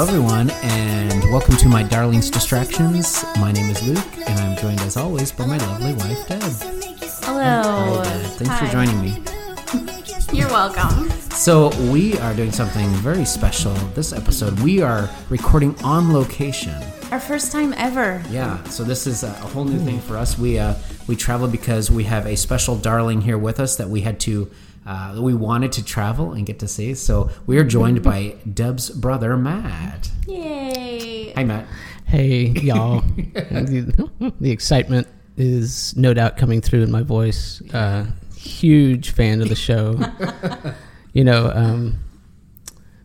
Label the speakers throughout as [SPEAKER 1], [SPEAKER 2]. [SPEAKER 1] everyone, and welcome to my darlings' distractions. My name is Luke, and I'm joined as always by my lovely wife, Deb.
[SPEAKER 2] Hello.
[SPEAKER 1] Deb, thanks
[SPEAKER 2] Oh, Hi.
[SPEAKER 1] for joining me.
[SPEAKER 2] You're welcome.
[SPEAKER 1] So we are doing something very special this episode. We are recording on location.
[SPEAKER 2] Our first time ever.
[SPEAKER 1] Yeah, so this is a a whole new thing for us. We uh, we travel because we have a special darling here with us that we had to uh, that we wanted to travel and get to see. So we are joined by Deb's brother Matt.
[SPEAKER 2] Yay.
[SPEAKER 1] Hi Matt.
[SPEAKER 3] Hey, y'all. the, the excitement is no doubt coming through in my voice. Uh, huge fan of the show. you know, um,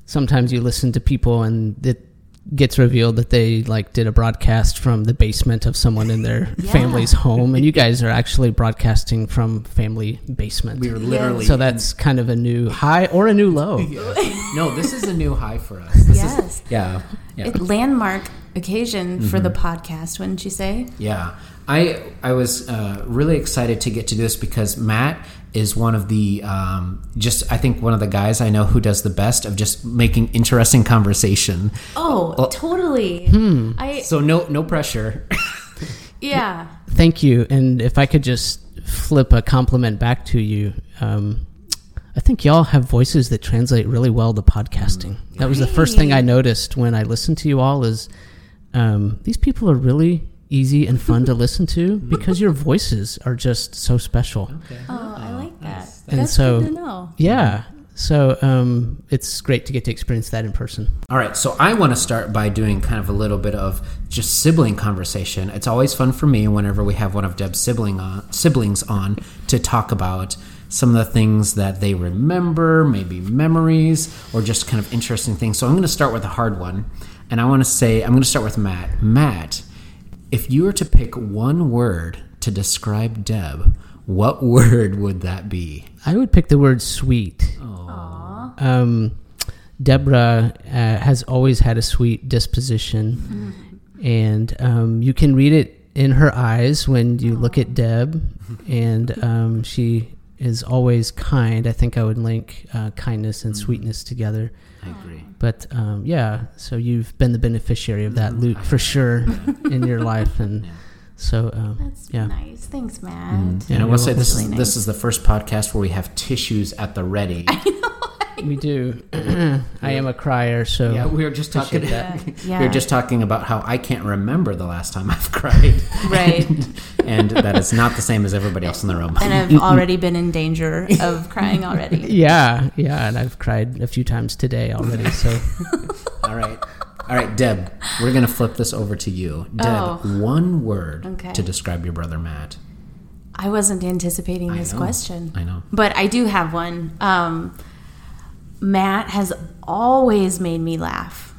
[SPEAKER 3] sometimes you listen to people and it gets revealed that they like did a broadcast from the basement of someone in their
[SPEAKER 2] Yeah.
[SPEAKER 3] family's home and you guys are actually broadcasting from family basement.
[SPEAKER 1] We are literally
[SPEAKER 3] so that's kind of a new high or a new low.
[SPEAKER 1] no. This is a new high for us. This is-
[SPEAKER 2] Yes.
[SPEAKER 1] yeah. Yeah.
[SPEAKER 2] It- landmark occasion for the
[SPEAKER 3] Mm-hmm.
[SPEAKER 2] podcast, wouldn't you say?
[SPEAKER 1] Yeah, I I was uh, really excited to get to do this because Matt is one of the um, just I think one of the guys I know who does the best of just making interesting conversation.
[SPEAKER 2] Oh,
[SPEAKER 3] Uh,
[SPEAKER 1] Well-
[SPEAKER 2] totally.
[SPEAKER 3] hmm.
[SPEAKER 2] I
[SPEAKER 1] So no no pressure.
[SPEAKER 2] yeah.
[SPEAKER 3] Thank you. And if I could just flip a compliment back to you, um, I think y'all have voices that translate really well to podcasting. That was the first thing I noticed when I listened to you all is um, these people are really easy and fun to listen to because your voices are just so special.
[SPEAKER 2] Oh, I like that.
[SPEAKER 3] And
[SPEAKER 2] That's
[SPEAKER 3] so-
[SPEAKER 2] good to know.
[SPEAKER 3] Yeah. So um, it's great to get to experience that in person.
[SPEAKER 1] All right, so I want to start by doing kind of a little bit of just sibling conversation. It's always fun for me whenever we have one of Deb's sibling on, siblings on to talk about some of the things that they remember, maybe memories, or just kind of interesting things. So I'm going to start with a hard one, and I want to say I'm going to start with Matt. Matt, if you were to pick one word to describe Deb, what word would that be? Oh,
[SPEAKER 3] I would pick the word sweet. Um, Deborah uh, has always had a sweet disposition, and um, you can read it in her eyes when you look at Deb, and um, she is always kind. I think I would link uh, kindness and sweetness together.
[SPEAKER 1] I agree.
[SPEAKER 3] But um, yeah, so you've been the beneficiary of that, Luke, for sure, in your life, and so um,
[SPEAKER 2] That's
[SPEAKER 3] yeah. Mm-hmm.
[SPEAKER 2] nice. Thanks, Matt.
[SPEAKER 1] and I will say this
[SPEAKER 2] Really
[SPEAKER 1] is
[SPEAKER 2] nice.
[SPEAKER 1] this is the first podcast where we have tissues at the ready.
[SPEAKER 3] We do. I am a crier, so
[SPEAKER 1] Yeah, we were just talking.
[SPEAKER 2] Appreciate that.
[SPEAKER 1] We
[SPEAKER 2] Yeah.
[SPEAKER 1] were just talking about how I can't remember the last time I've cried,
[SPEAKER 2] Right.
[SPEAKER 1] and that it's not the same as everybody else in the room.
[SPEAKER 2] and I've already been in danger of crying already.
[SPEAKER 3] Yeah, yeah, and I've cried a few times today already. So
[SPEAKER 1] All right, all right, Deb, we're gonna flip this over to you. Deb,
[SPEAKER 2] Oh.
[SPEAKER 1] one word
[SPEAKER 2] Okay.
[SPEAKER 1] to describe your brother Matt.
[SPEAKER 2] I wasn't anticipating this
[SPEAKER 1] know.
[SPEAKER 2] question.
[SPEAKER 1] I know.
[SPEAKER 2] But I do have one. Um, Matt has always made me laugh.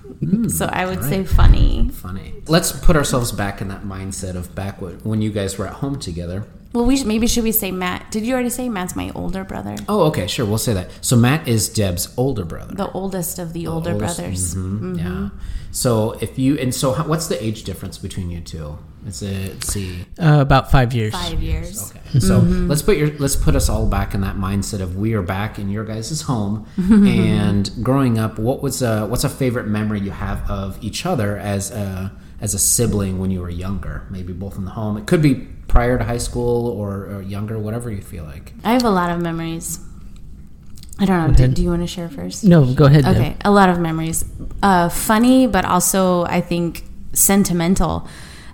[SPEAKER 2] so I would say
[SPEAKER 1] right.
[SPEAKER 2] funny.
[SPEAKER 1] Funny. Let's put ourselves back in that mindset of back when when you guys were at home together.
[SPEAKER 2] Well, we should, maybe should we say Matt? Did you already say Matt's my older brother?
[SPEAKER 1] Oh, okay, sure, we'll say that. So Matt is Deb's older brother.
[SPEAKER 2] The oldest of the older
[SPEAKER 1] Oldest-
[SPEAKER 2] brothers. Mm-hmm.
[SPEAKER 1] mhm, Yeah. So if you and so, how, what's the age difference between you two? It's a let's see.
[SPEAKER 3] uh, about five years.
[SPEAKER 2] Five years.
[SPEAKER 1] Okay. So
[SPEAKER 2] Mm-hmm.
[SPEAKER 1] let's put your let's put us all back in that mindset of we are back in your guys' home and growing up. What was a what's a favorite memory you have of each other as a as a sibling when you were younger? Maybe both in the home. It could be prior to high school or, or younger, whatever you feel like.
[SPEAKER 2] I have a lot of memories. I don't know. Do, do you want to share first?
[SPEAKER 3] No, go ahead. Deb.
[SPEAKER 2] Okay, a lot of memories. Uh, funny, but also I think sentimental.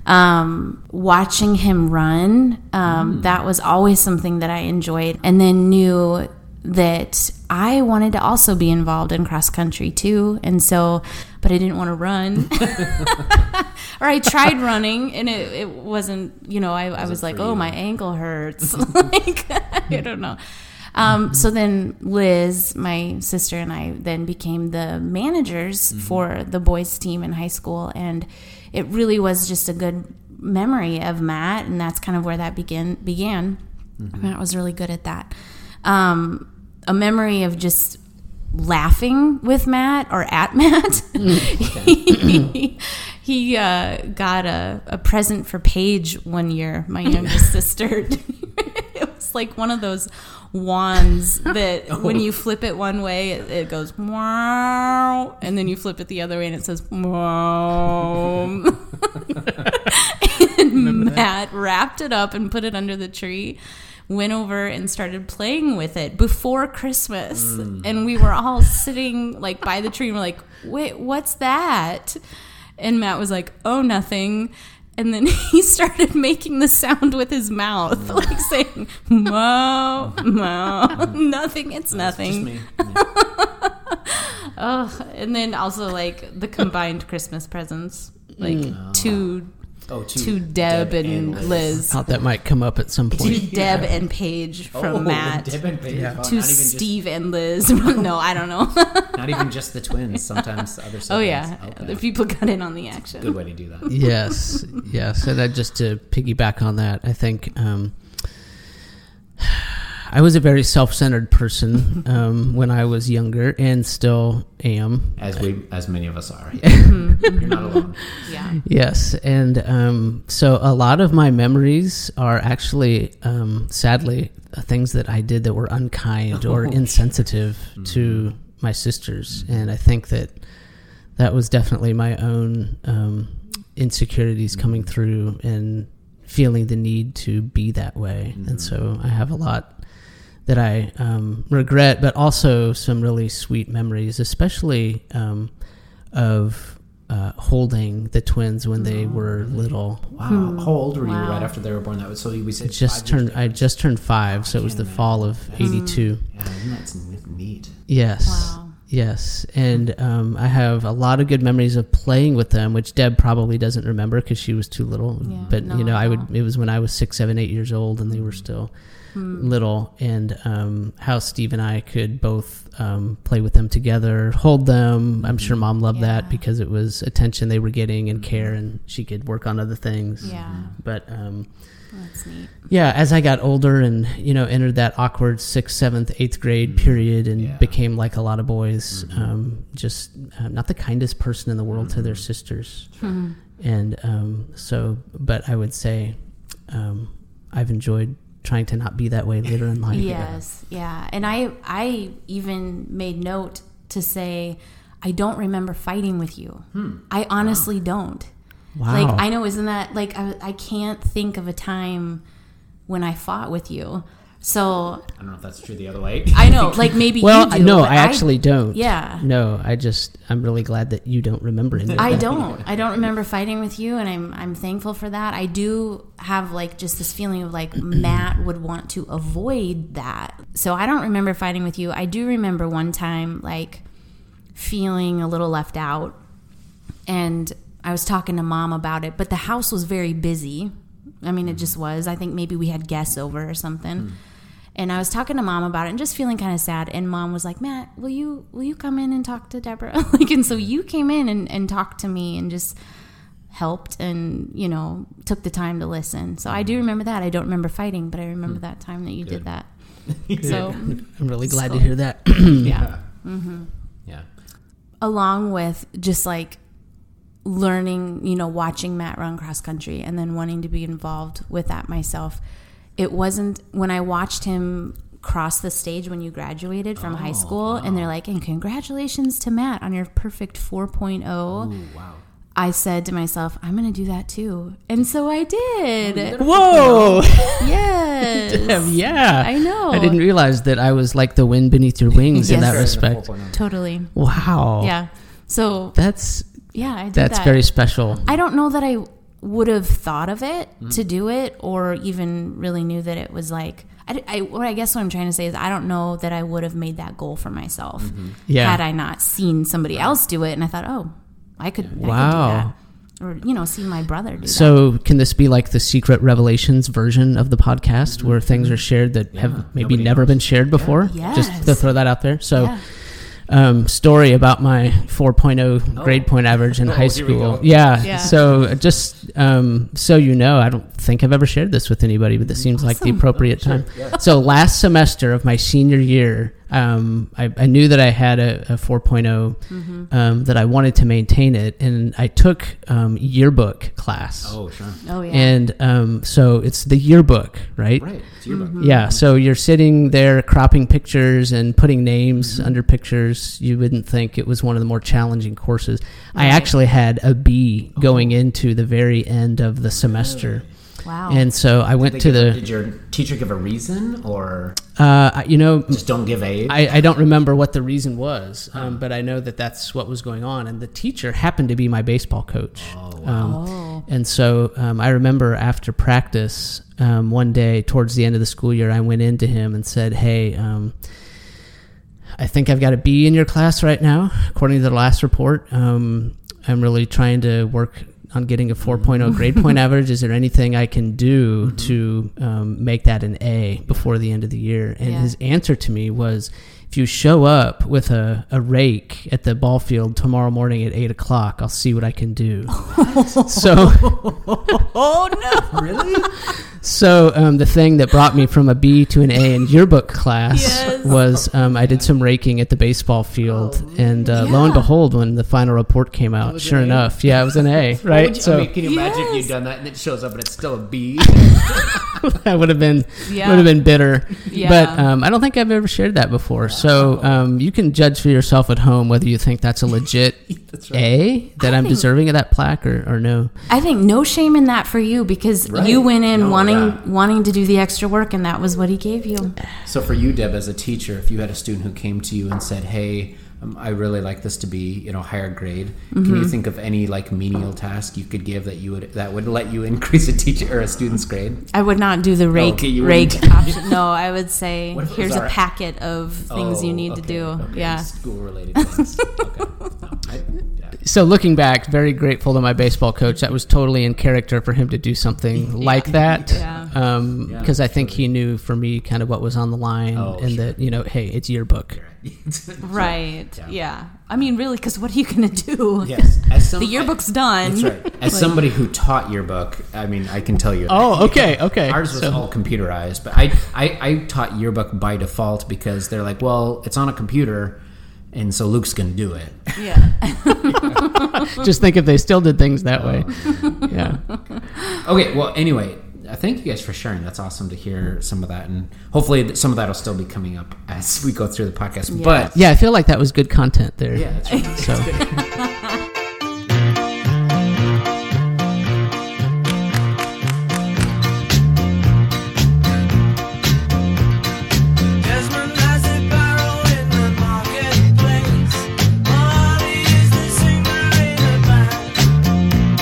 [SPEAKER 2] Um, watching him run, um, that was always something that I enjoyed, and then knew that I wanted to also be involved in cross country too. And so, but I didn't want to run. or I tried running and it, it wasn't, you know, I, I was like, oh, my ankle hurts. like, I don't know. Um, so then Liz, my sister, and I then became the managers for the boys' team in high school. And it really was just a good memory of Matt. And that's kind of where that begin, began. Matt was really good at that. Um, a memory of just laughing with Matt or at Matt. he he uh, got a, a present for Paige one year, my youngest sister. It was It's like one of those wands that when you flip it one way, it, it goes wow, and then you flip it the other way, and it says wow. and Matt wrapped it up and put it under the tree. Went over and started playing with it before Christmas, and we were all sitting like by the tree, and we're like, "Wait, what's that?" And Matt was like, "Oh, nothing." And then he started making the sound with his mouth, like saying, "Mo, mo, nothing. It's
[SPEAKER 1] Just
[SPEAKER 2] nothing."
[SPEAKER 1] me. Yeah.
[SPEAKER 2] Ugh. And then also like the combined Christmas presents, like two
[SPEAKER 1] Oh, to,
[SPEAKER 2] to Deb, and Liz,
[SPEAKER 3] Thought that might come up at some
[SPEAKER 2] to
[SPEAKER 3] point.
[SPEAKER 2] Deb and Paige from
[SPEAKER 1] Oh,
[SPEAKER 2] Matt,
[SPEAKER 1] Deb and Paige.
[SPEAKER 3] Yeah.
[SPEAKER 1] Oh,
[SPEAKER 2] to
[SPEAKER 1] not even just-
[SPEAKER 2] Steve and Liz. no, I don't know.
[SPEAKER 1] Not even just the twins. Sometimes the other siblings.
[SPEAKER 2] oh yeah,
[SPEAKER 1] Okay.
[SPEAKER 2] the people got in on the action.
[SPEAKER 1] Good way to do that.
[SPEAKER 3] yes, yes. And I, just to piggyback on that, I think um, I was a very self-centered person um, when I was younger, and still am.
[SPEAKER 1] As we, as many of us are. You're not alone. Mm-hmm.
[SPEAKER 2] Yeah,
[SPEAKER 3] Yes, and um, so a lot of my memories are actually, um, sadly, things that I did that were unkind or insensitive to my sisters, and I think that that was definitely my own um, insecurities coming through and feeling the need to be that way, and so I have a lot that I um, regret, but also some really sweet memories, especially um, of uh, holding the twins when they were little.
[SPEAKER 1] Wow. How old were you right after they were born? That was so we said
[SPEAKER 3] It just
[SPEAKER 1] five years
[SPEAKER 3] turned. I just turned five, so it was the fall of '82.
[SPEAKER 1] Yeah, isn't that some neat?
[SPEAKER 3] Yes.
[SPEAKER 2] Wow.
[SPEAKER 3] Yes. And um, I have a lot of good memories of playing with them, which Deb probably doesn't remember because she was too little.
[SPEAKER 2] Yeah,
[SPEAKER 3] but,
[SPEAKER 2] no,
[SPEAKER 3] you know, I would,
[SPEAKER 2] no. Mm.
[SPEAKER 3] it was when I was six, seven, eight years old and they were still
[SPEAKER 2] Hmm.
[SPEAKER 3] little. And um, how Steve and I could both um, play with them together, hold them. I'm sure mom loved
[SPEAKER 2] Mm. Yeah. Mm-hmm.
[SPEAKER 3] that because it was attention they were getting and care, and she could work on other things.
[SPEAKER 2] yeah,
[SPEAKER 3] But, um,
[SPEAKER 1] Mm-hmm.
[SPEAKER 2] that's neat.
[SPEAKER 3] yeah, as I got older and you know entered that awkward sixth, seventh, eighth grade period, and
[SPEAKER 1] Yeah.
[SPEAKER 3] became like a lot of boys, um, just uh, not the kindest person in the world to their sisters,
[SPEAKER 1] Mm-hmm.
[SPEAKER 3] and um, so. But I would say um, I've enjoyed trying to not be that way later in life.
[SPEAKER 2] Yes, yeah. And I I even made note to say I don't remember fighting with you.
[SPEAKER 1] Hmm.
[SPEAKER 2] I honestly don't.
[SPEAKER 3] Wow.
[SPEAKER 2] Like I know isn't that like I I can't think of a time when I fought with you. So
[SPEAKER 1] I don't know if that's true the other way.
[SPEAKER 2] I know like maybe
[SPEAKER 3] Well,
[SPEAKER 2] you do,
[SPEAKER 3] I- no,
[SPEAKER 2] but
[SPEAKER 3] I actually don't.
[SPEAKER 2] Yeah.
[SPEAKER 3] No, I just I'm really glad that you don't remember any. of
[SPEAKER 2] I
[SPEAKER 3] that.
[SPEAKER 2] don't. I don't remember fighting with you, and I'm I'm thankful for that. I do have like just this feeling of like Matt would want to avoid that. So I don't remember fighting with you. I do remember one time like feeling a little left out, and I was talking to mom about it. But the house was very busy. I mean, it just was. I think maybe we had guests over or something. And I was talking to mom about it and just feeling kind of sad. And mom was like, Matt, will you will you come in and talk to Deborah? like and so you came in and, and talked to me and just helped and, you know, took the time to listen. So I do remember that. I don't remember fighting, but I remember that time that you
[SPEAKER 1] Good.
[SPEAKER 2] did that. So
[SPEAKER 3] I'm really glad
[SPEAKER 2] So-
[SPEAKER 3] to hear that.
[SPEAKER 1] yeah. Mm-hmm. Yeah.
[SPEAKER 2] along with just like learning, you know, watching Matt run cross country and then wanting to be involved with that myself. It wasn't when I watched him cross the stage when you graduated from
[SPEAKER 3] Oh,
[SPEAKER 2] high school and they're like, and congratulations to Matt on your perfect 4.0.
[SPEAKER 1] Ooh, wow.
[SPEAKER 2] I said to myself, I'm going to do that too. And so I
[SPEAKER 3] Oh,
[SPEAKER 2] did.
[SPEAKER 3] Whoa.
[SPEAKER 2] yes.
[SPEAKER 3] Damn, yeah.
[SPEAKER 2] I know.
[SPEAKER 3] I didn't realize that I was like the wind beneath your wings in
[SPEAKER 2] Oh. Yes.
[SPEAKER 3] that respect.
[SPEAKER 1] 4.0.
[SPEAKER 2] Totally.
[SPEAKER 3] Wow.
[SPEAKER 2] Yeah. So,
[SPEAKER 3] That's
[SPEAKER 2] yeah, I did
[SPEAKER 3] Oh. that's
[SPEAKER 2] that.
[SPEAKER 3] very special.
[SPEAKER 2] I don't know that I would have thought of it
[SPEAKER 1] Mm-hmm.
[SPEAKER 2] to do it or even really knew that it was like I, d- I- what I guess what I'm trying to say is I don't know that I would have made that goal for myself
[SPEAKER 1] Mm-hmm.
[SPEAKER 3] Yeah.
[SPEAKER 2] had I not seen somebody else do it and I thought oh I could
[SPEAKER 3] Wow.
[SPEAKER 2] wow or you know see my brother do that
[SPEAKER 3] So can this be like the secret revelations version of the podcast where things are shared that have maybe
[SPEAKER 1] Nobody
[SPEAKER 3] never
[SPEAKER 1] knows.
[SPEAKER 3] been shared before?
[SPEAKER 2] Yeah.
[SPEAKER 3] Just to
[SPEAKER 2] Yes.
[SPEAKER 3] throw that out there. So
[SPEAKER 2] Yeah.
[SPEAKER 3] um, story about my 4.0 grade point average in
[SPEAKER 1] Oh,
[SPEAKER 3] high
[SPEAKER 1] here we
[SPEAKER 3] school.
[SPEAKER 1] go.
[SPEAKER 3] Yeah.
[SPEAKER 2] Yeah.
[SPEAKER 3] So just um, so you know, I don't think I've ever shared this with anybody, but this seems like the
[SPEAKER 2] Awesome.
[SPEAKER 3] appropriate time. So, last semester of my senior year, um, I, I knew that I had a, a 4.0
[SPEAKER 2] Mm-hmm.
[SPEAKER 3] um, that I wanted to maintain it, and I took um, yearbook class.
[SPEAKER 1] Oh, sure.
[SPEAKER 2] Oh yeah.
[SPEAKER 3] And um, so it's the yearbook, right?
[SPEAKER 1] Right. It's your book.
[SPEAKER 3] Yeah, so you're sitting there cropping pictures and putting names
[SPEAKER 1] Mm-hmm.
[SPEAKER 3] under pictures. You wouldn't think it was one of the more challenging courses. I actually had a B
[SPEAKER 1] Oh.
[SPEAKER 3] going into the very end of the semester.
[SPEAKER 2] wow.
[SPEAKER 3] And so I went
[SPEAKER 1] They
[SPEAKER 3] to
[SPEAKER 1] give-
[SPEAKER 3] the,
[SPEAKER 1] Oh. Did your teacher give a reason or
[SPEAKER 3] uh, I- you know,
[SPEAKER 1] just don't give aid?
[SPEAKER 3] I, I don't remember what the reason was,
[SPEAKER 1] Oh.
[SPEAKER 3] um, but I know that that's what was going on. And the teacher happened to be my baseball coach. Um,
[SPEAKER 2] oh.
[SPEAKER 3] And so um, I remember after practice, um, one day towards the end of the school year, I went into him and said, Hey, um, I think I've got a B in your class right now, according to the last report. Um, I'm really trying to work on getting a 4.0 grade point average. Is there anything I can do to um, make that an A before the end of the year? And
[SPEAKER 2] Yeah.
[SPEAKER 3] his answer to me was if you show up with a, a rake at the ball field tomorrow morning at 8 o'clock, I'll see what I can do. so.
[SPEAKER 2] Oh no.
[SPEAKER 1] really?
[SPEAKER 3] So um, the thing that brought me from a B to an A in yearbook class
[SPEAKER 2] Yes.
[SPEAKER 3] was um, I did some raking at the baseball field, and uh, lo and
[SPEAKER 2] Yeah.
[SPEAKER 3] behold, when the final report came out,
[SPEAKER 1] was
[SPEAKER 3] sure
[SPEAKER 1] an A.
[SPEAKER 3] enough, yeah, it was an A,
[SPEAKER 1] What
[SPEAKER 3] right?
[SPEAKER 1] would you- I
[SPEAKER 3] so
[SPEAKER 1] mean, can you imagine if
[SPEAKER 2] Yes.
[SPEAKER 1] you've done that and it shows up and it's still a B?
[SPEAKER 3] I would have been
[SPEAKER 2] Yeah.
[SPEAKER 3] would have been bitter,
[SPEAKER 2] Yeah.
[SPEAKER 3] but um, I don't think I've ever shared that before. So um, you can judge for yourself at home whether you think that's a legit
[SPEAKER 1] That's
[SPEAKER 3] A that
[SPEAKER 2] I
[SPEAKER 3] I'm
[SPEAKER 2] think-
[SPEAKER 3] deserving of that plaque or, or no.
[SPEAKER 2] I think no shame in that for you because
[SPEAKER 1] Right.
[SPEAKER 2] you went in
[SPEAKER 1] No,
[SPEAKER 2] wanting
[SPEAKER 1] yeah.
[SPEAKER 2] wanting to do the extra work and that was what he gave you.
[SPEAKER 1] So for you, Deb, as a teacher, if you had a student who came to you and said, "Hey, um, I really like this to be, you know, higher grade," can
[SPEAKER 2] Mm-hmm.
[SPEAKER 1] you think of any like menial task you could give that you would that would let you increase a teacher or a student's grade?
[SPEAKER 2] I would not do the rake
[SPEAKER 1] okay, you
[SPEAKER 2] rake
[SPEAKER 1] wouldn't.
[SPEAKER 2] option. No, I would say
[SPEAKER 1] What if it was
[SPEAKER 2] here's a
[SPEAKER 1] our-
[SPEAKER 2] packet of things you
[SPEAKER 1] Oh,
[SPEAKER 2] need to
[SPEAKER 1] okay,
[SPEAKER 2] do.
[SPEAKER 1] okay,
[SPEAKER 2] Yeah.
[SPEAKER 1] school related things. okay. No, I- yeah.
[SPEAKER 3] so looking back, very grateful to my baseball coach. That was totally in character for him to do something like that, because
[SPEAKER 2] Yeah.
[SPEAKER 1] Yeah,
[SPEAKER 3] Um, I think he knew for me kind of what was on the line,
[SPEAKER 1] Oh,
[SPEAKER 3] and
[SPEAKER 1] sure.
[SPEAKER 3] that you know, hey, it's yearbook.
[SPEAKER 2] Right.
[SPEAKER 1] Yeah.
[SPEAKER 2] Yeah. I mean, really, because what are you going to do?
[SPEAKER 1] Yes, as some,
[SPEAKER 2] The yearbook's done.
[SPEAKER 1] That's right. As somebody who taught yearbook, I mean, I can tell you.
[SPEAKER 3] Oh, okay, okay.
[SPEAKER 1] Ours was
[SPEAKER 3] So-
[SPEAKER 1] all computerized, but I, I I taught yearbook by default because they're like, well, it's on a computer, and so Luke's gonna do it.
[SPEAKER 2] Yeah.
[SPEAKER 3] Just think if they still did things that way.
[SPEAKER 1] Oh.
[SPEAKER 3] yeah.
[SPEAKER 1] Okay. Well, anyway, uh, thank you guys for sharing. That's awesome to hear some of that, and hopefully th- some of that will still be coming up as we go through the podcast. But
[SPEAKER 3] Yeah, I feel like that was good content there.
[SPEAKER 1] yeah, that's right.
[SPEAKER 3] So.
[SPEAKER 4] Desmond lies a barrel in the marketplace. Molly is the singer in the band.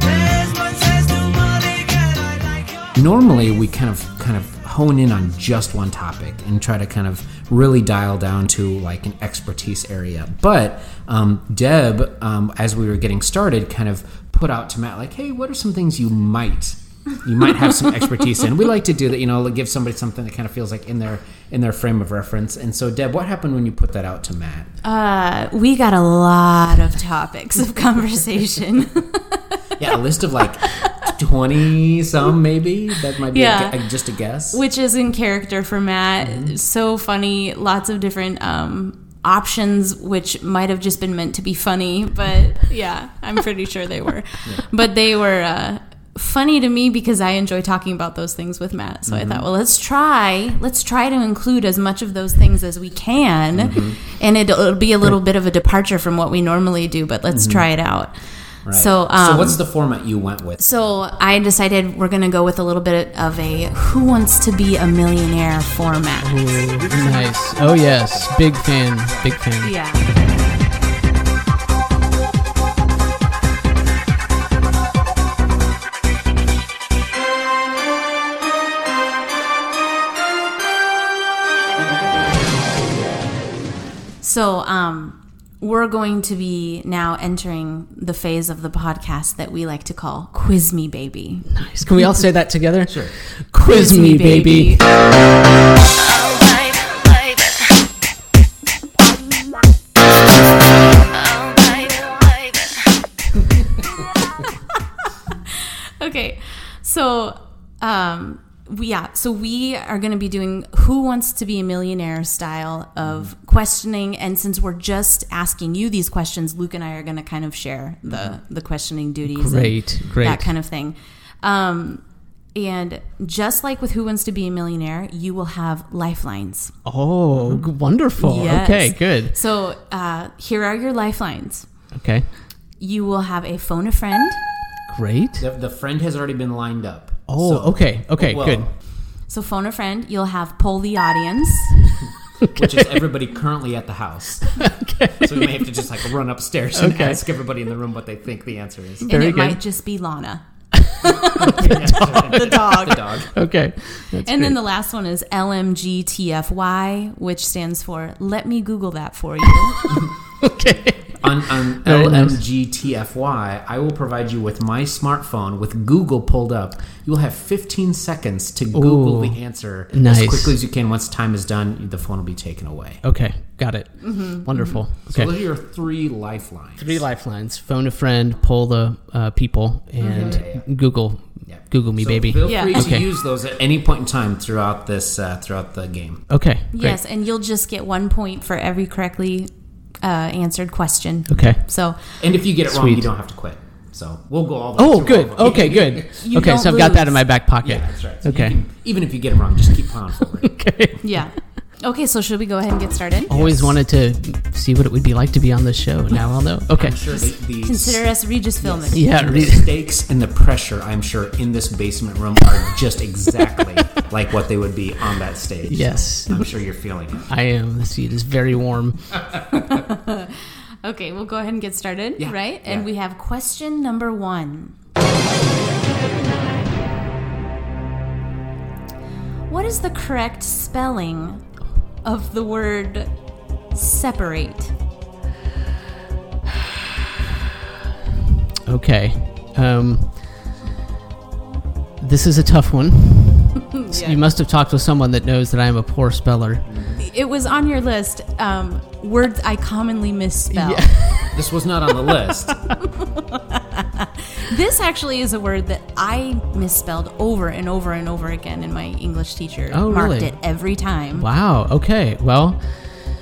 [SPEAKER 4] Desmond says to Molly, "Can I like your?"
[SPEAKER 1] normally we kind of kind of hone in on just one topic and try to kind of really dial down to like an expertise area but um, deb um, as we were getting started kind of put out to matt like hey what are some things you might you might have some expertise in we like to do that you know like, give somebody something that kind of feels like in their in their frame of reference and so deb what happened when you put that out to matt
[SPEAKER 2] Uh, we got a lot of topics of conversation.
[SPEAKER 1] yeah a list of like 20 some maybe that might be a
[SPEAKER 2] Yeah.
[SPEAKER 1] gu- just a guess
[SPEAKER 2] which is in character for Matt.
[SPEAKER 1] Mm-hmm.
[SPEAKER 2] So funny, lots of different um, options, which might have just been meant to be funny, but yeah, I'm pretty sure they were. But they were uh, funny to me because I enjoy talking about those things with Matt. So
[SPEAKER 1] Mm-hmm.
[SPEAKER 2] I thought, well, let's try, let's try to include as much of those things as we can,
[SPEAKER 1] Mm-hmm.
[SPEAKER 2] and it'll, it'll be a little bit of a departure from what we normally do, but let's try it out.
[SPEAKER 1] Mm-hmm. Right.
[SPEAKER 2] So, um,
[SPEAKER 1] so what's the format you went with
[SPEAKER 2] so I decided we're gonna go with a little bit of a "Who Wants to Be a Millionaire" format.
[SPEAKER 3] Nice. Oh yes, big fan, big fan.
[SPEAKER 2] Yeah. So um, we're going to be now entering the phase of the podcast that we like to call "Quiz Me, Baby."
[SPEAKER 3] Nice. Can we all say that together? Sure.
[SPEAKER 2] Quiz
[SPEAKER 3] Quiz
[SPEAKER 2] me,
[SPEAKER 3] me, baby.
[SPEAKER 5] Alright, alright. Alright, alright.
[SPEAKER 2] Okay, so Um, we- yeah, so we are going to be doing Who Wants to Be a Millionaire style of
[SPEAKER 3] Mm-hmm.
[SPEAKER 2] questioning. And since we're just asking you these questions, Luke and I are going to kind of share the, the questioning duties. and
[SPEAKER 3] Mm-hmm. Great, great.
[SPEAKER 2] That kind of thing. Um, and just like with Who Wants to Be a Millionaire, you will have lifelines.
[SPEAKER 3] Oh,
[SPEAKER 1] Mm-hmm.
[SPEAKER 3] g- wonderful.
[SPEAKER 2] Yes.
[SPEAKER 3] Okay, good.
[SPEAKER 2] So uh, here are your lifelines.
[SPEAKER 3] Okay,
[SPEAKER 2] You will have a phone a friend.
[SPEAKER 3] great.
[SPEAKER 1] The, the friend has already been lined up.
[SPEAKER 3] Oh,
[SPEAKER 1] So-
[SPEAKER 3] okay, okay,
[SPEAKER 1] Well,
[SPEAKER 3] good.
[SPEAKER 2] So phone a friend. You'll have poll the audience.
[SPEAKER 1] Which is everybody currently at the house. So we may have to just like run upstairs and
[SPEAKER 3] Okay.
[SPEAKER 1] ask everybody in the room what they think the answer is.
[SPEAKER 3] Very
[SPEAKER 2] and it
[SPEAKER 3] good.
[SPEAKER 2] might just be Lana,
[SPEAKER 1] the
[SPEAKER 2] the dog.
[SPEAKER 1] dog. The dog.
[SPEAKER 3] Okay, that's
[SPEAKER 2] And then the
[SPEAKER 3] great.
[SPEAKER 2] last one is LMGTFY, which stands for Let Me Google That For You.
[SPEAKER 3] okay.
[SPEAKER 1] On, on
[SPEAKER 3] Very nice.
[SPEAKER 1] LMGTFY, I will provide you with my smartphone with Google pulled up. You will have 15 seconds to Google
[SPEAKER 3] Ooh.
[SPEAKER 1] the answer
[SPEAKER 3] Nice.
[SPEAKER 1] as quickly as you can. Once time is done, the phone will be taken away.
[SPEAKER 3] Okay, got it.
[SPEAKER 1] Mm-hmm.
[SPEAKER 3] Wonderful. Okay.
[SPEAKER 1] Those are your three lifelines.
[SPEAKER 3] Three lifelines: phone a friend, poll the uh, people, and Google,
[SPEAKER 1] Mm-hmm. Yeah.
[SPEAKER 3] Google me,
[SPEAKER 1] So
[SPEAKER 3] baby.
[SPEAKER 1] Feel
[SPEAKER 2] Yeah.
[SPEAKER 1] free
[SPEAKER 3] Okay.
[SPEAKER 1] to use those at any point in time throughout this uh, throughout the game.
[SPEAKER 3] okay. Great.
[SPEAKER 2] yes, and you'll just get one point for every correctly uh, answered question.
[SPEAKER 3] Okay.
[SPEAKER 2] So
[SPEAKER 1] And if you get it wrong,
[SPEAKER 3] Sweet.
[SPEAKER 1] you don't have to quit. So we'll go all the way
[SPEAKER 3] Oh,
[SPEAKER 1] through
[SPEAKER 3] good.
[SPEAKER 1] all of them.
[SPEAKER 3] Okay, good.
[SPEAKER 2] You
[SPEAKER 3] okay,
[SPEAKER 2] don't
[SPEAKER 3] so I've got that
[SPEAKER 2] lose.
[SPEAKER 3] in my back pocket.
[SPEAKER 1] Yeah, that's right. So you
[SPEAKER 3] Okay.
[SPEAKER 1] can- even if you get it wrong, just keep plowing forward.
[SPEAKER 3] okay.
[SPEAKER 2] yeah. Okay, so should we go ahead and get started?
[SPEAKER 3] Always wanted to see what it would be like to be on this show. Now I'll know. Okay.
[SPEAKER 1] I'm sure the, the
[SPEAKER 2] Consider us Regis filming.
[SPEAKER 3] Yeah.
[SPEAKER 1] And
[SPEAKER 3] re-
[SPEAKER 1] the stakes and the pressure, I'm sure, in this basement room are just exactly like what they would be on that stage.
[SPEAKER 3] Yes.
[SPEAKER 1] I'm sure you're feeling it.
[SPEAKER 3] I am. The seat is very warm.
[SPEAKER 2] Okay, we'll go ahead and get started,
[SPEAKER 1] Yeah.
[SPEAKER 2] right? And
[SPEAKER 1] Yeah.
[SPEAKER 2] we have question number one. What is the correct spelling of the word separate?
[SPEAKER 3] Okay. Um, this is a tough one. You must have talked with someone that knows that I am a poor speller.
[SPEAKER 2] It was on your list. Um, words I commonly misspell.
[SPEAKER 1] This was not on the list.
[SPEAKER 2] This actually is a word that I misspelled over and over and over again, and my English teacher
[SPEAKER 3] Oh,
[SPEAKER 2] marked
[SPEAKER 3] really?
[SPEAKER 2] it every time.
[SPEAKER 3] Wow. Okay. Well,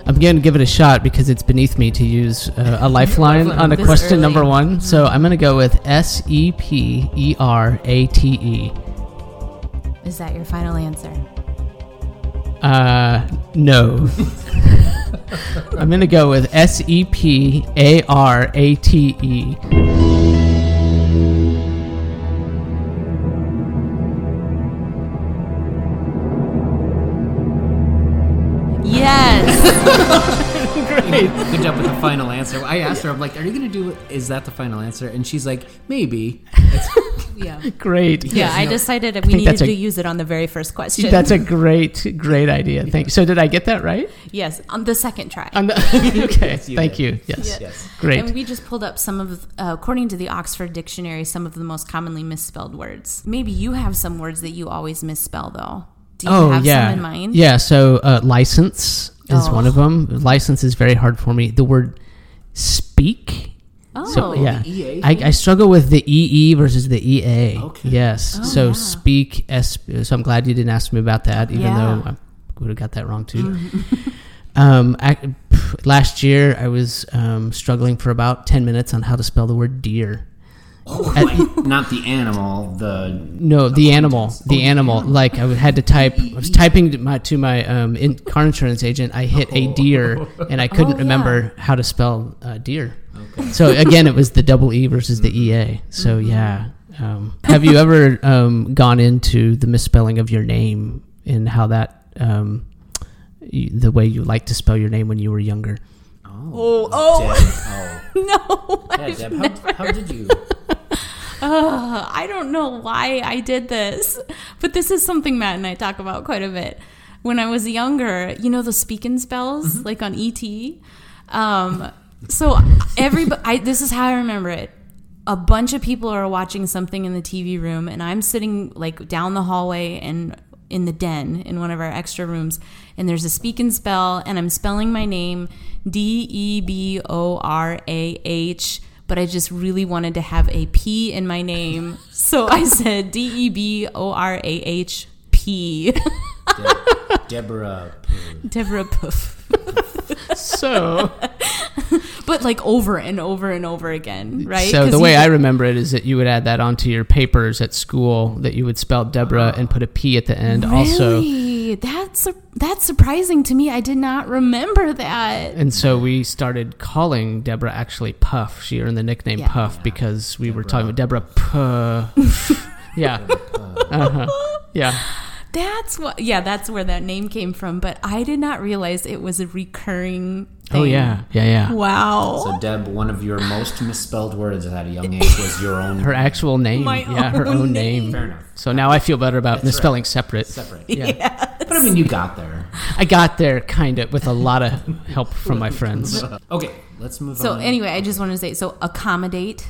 [SPEAKER 3] I'm going to give it a shot because it's beneath me to use uh, a lifeline on a
[SPEAKER 2] This
[SPEAKER 3] question
[SPEAKER 2] early. Mm-hmm.
[SPEAKER 3] number one. So I'm going to go with S E P E R A T E.
[SPEAKER 2] Is that your final answer?
[SPEAKER 3] Uh, no. I'm going to go with S E P A R A T E.
[SPEAKER 2] Yes.
[SPEAKER 1] Good job with the final answer. I asked her, I'm like, are you going to do it? Is that the final answer? And she's like, maybe.
[SPEAKER 2] yeah.
[SPEAKER 3] Great.
[SPEAKER 2] Yeah, I decided that we
[SPEAKER 3] think
[SPEAKER 2] needed
[SPEAKER 3] that's a-
[SPEAKER 2] to use it on the very first question.
[SPEAKER 3] That's a great, great idea. Thank you. So did I get that right?
[SPEAKER 2] yes, on the second try.
[SPEAKER 3] On the- okay.
[SPEAKER 1] you
[SPEAKER 3] Thank
[SPEAKER 1] did.
[SPEAKER 3] you. Yes.
[SPEAKER 1] Yes.
[SPEAKER 2] and
[SPEAKER 3] Great.
[SPEAKER 2] we just pulled up some of, uh, according to the Oxford Dictionary, some of the most commonly misspelled words. Maybe you have some words that you always misspell, though. Do you have
[SPEAKER 3] Oh, yeah,
[SPEAKER 2] some in mind?
[SPEAKER 3] yeah. So uh, license is
[SPEAKER 2] Oh.
[SPEAKER 3] one of them. License is very hard for me. The word speak.
[SPEAKER 2] Oh,
[SPEAKER 3] So yeah,
[SPEAKER 1] the EA
[SPEAKER 3] I, I struggle with the EE versus the
[SPEAKER 1] Okay.
[SPEAKER 3] EA.
[SPEAKER 2] Oh,
[SPEAKER 3] Yes. so speak. S, so I'm glad you didn't ask me about that, even
[SPEAKER 2] Yeah. Mm.
[SPEAKER 3] though I would have got that wrong too. um, I, pff, last year I was um, struggling for about ten minutes on how to spell the word deer.
[SPEAKER 1] Like, not the animal, the.
[SPEAKER 3] No,
[SPEAKER 2] oh,
[SPEAKER 3] the animal, the animal. Like I had to type. I was typing to my, to my um, in, car insurance agent. I hit a deer, and I couldn't
[SPEAKER 2] Oh, yeah.
[SPEAKER 3] remember how to spell uh, deer. So again, it was the double E versus the EA. So
[SPEAKER 2] Mm-hmm.
[SPEAKER 3] yeah. Um, have you ever um, gone into the misspelling of your name and how that um, y the way you like to spell your name when you were younger?
[SPEAKER 1] Oh, oh.
[SPEAKER 2] No,
[SPEAKER 1] Deb. Oh. Yeah,
[SPEAKER 2] I've
[SPEAKER 1] Deb,
[SPEAKER 2] never.
[SPEAKER 1] how, how did you.
[SPEAKER 2] Ugh, I don't know why I did this, but this is something Matt and I talk about quite a bit. When I was younger, you know those speak and spells, like on ET. Um, so every I, this is how I remember it. A bunch of people are watching something in the TV room, and I'm sitting like down the hallway and in the den in one of our extra rooms, and there's a speak and spell, and I'm spelling my name D E B O R A H but I just really wanted to have a P in my name. So I said D E B O R A H P.
[SPEAKER 1] Deborah.
[SPEAKER 2] Deborah Poof.
[SPEAKER 3] So,
[SPEAKER 2] But like over and over and over again, right?
[SPEAKER 3] so
[SPEAKER 2] 'Cause
[SPEAKER 3] the
[SPEAKER 2] you
[SPEAKER 3] way
[SPEAKER 2] could-
[SPEAKER 3] I remember it is that you would add that onto your papers at school that you would spell Deborah and put a P at the end. Also,
[SPEAKER 2] Really? That's sur- that's surprising to me. I did not remember that.
[SPEAKER 3] and so we started calling Deborah actually Puff. She earned the nickname
[SPEAKER 2] Yeah.
[SPEAKER 3] Puff because we were talking about Deborah Puff. yeah, uh-huh. yeah.
[SPEAKER 2] That's what. Yeah, that's where that name came from. But I did not realize it was a recurring. Thing.
[SPEAKER 3] Oh yeah, yeah, yeah.
[SPEAKER 2] Wow.
[SPEAKER 1] So Deb, one of your most misspelled words at a young age was your own.
[SPEAKER 3] Her actual name.
[SPEAKER 2] My
[SPEAKER 3] yeah, her
[SPEAKER 2] own
[SPEAKER 3] own name.
[SPEAKER 1] Fair enough.
[SPEAKER 3] So now I feel better about misspelling separate.
[SPEAKER 1] Separate.
[SPEAKER 3] Yeah.
[SPEAKER 1] But I mean, you got there.
[SPEAKER 3] I got there kind of with a lot of help from my friends.
[SPEAKER 1] Okay, let's move
[SPEAKER 2] so
[SPEAKER 1] on.
[SPEAKER 2] anyway, I just wanted to say so accommodate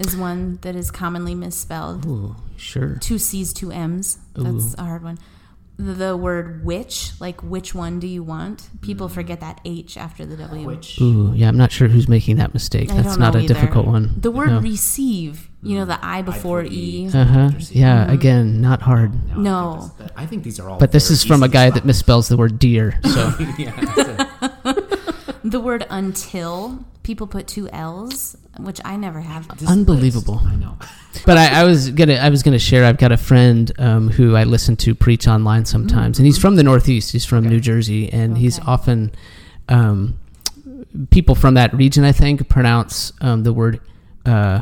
[SPEAKER 2] is one that is commonly misspelled.
[SPEAKER 3] Ooh, sure.
[SPEAKER 2] Two C's, two M's. That's a hard one. The, the word which, like which one do you want? People forget that H after the W.
[SPEAKER 1] which
[SPEAKER 3] Ooh, yeah, I'm not sure who's making that mistake.
[SPEAKER 2] I
[SPEAKER 3] That's
[SPEAKER 2] don't
[SPEAKER 3] not a
[SPEAKER 2] know either.
[SPEAKER 3] difficult one.
[SPEAKER 2] The word
[SPEAKER 3] No.
[SPEAKER 2] receive, you know, the I before E.
[SPEAKER 1] E.
[SPEAKER 3] Uh huh. Yeah,
[SPEAKER 2] Mm-hmm.
[SPEAKER 3] again, not hard.
[SPEAKER 1] No, I
[SPEAKER 2] No.
[SPEAKER 1] think this- I think these are all.
[SPEAKER 3] But this
[SPEAKER 1] very
[SPEAKER 3] is from
[SPEAKER 1] easy
[SPEAKER 3] a guy
[SPEAKER 1] to
[SPEAKER 3] that misspells the word deer. So
[SPEAKER 1] spell. yeah, it's a-
[SPEAKER 2] The word until, people put two L's, which I never have.
[SPEAKER 1] this
[SPEAKER 3] Unbelievable.
[SPEAKER 1] list, I know.
[SPEAKER 3] but I, I was gonna I was gonna share. I've got a friend um, who I listen to preach online sometimes, and he's from the Northeast. He's from New Jersey, and he's
[SPEAKER 2] Mm-hmm. Okay.
[SPEAKER 3] often um, people from that region. I think pronounce um, the word uh,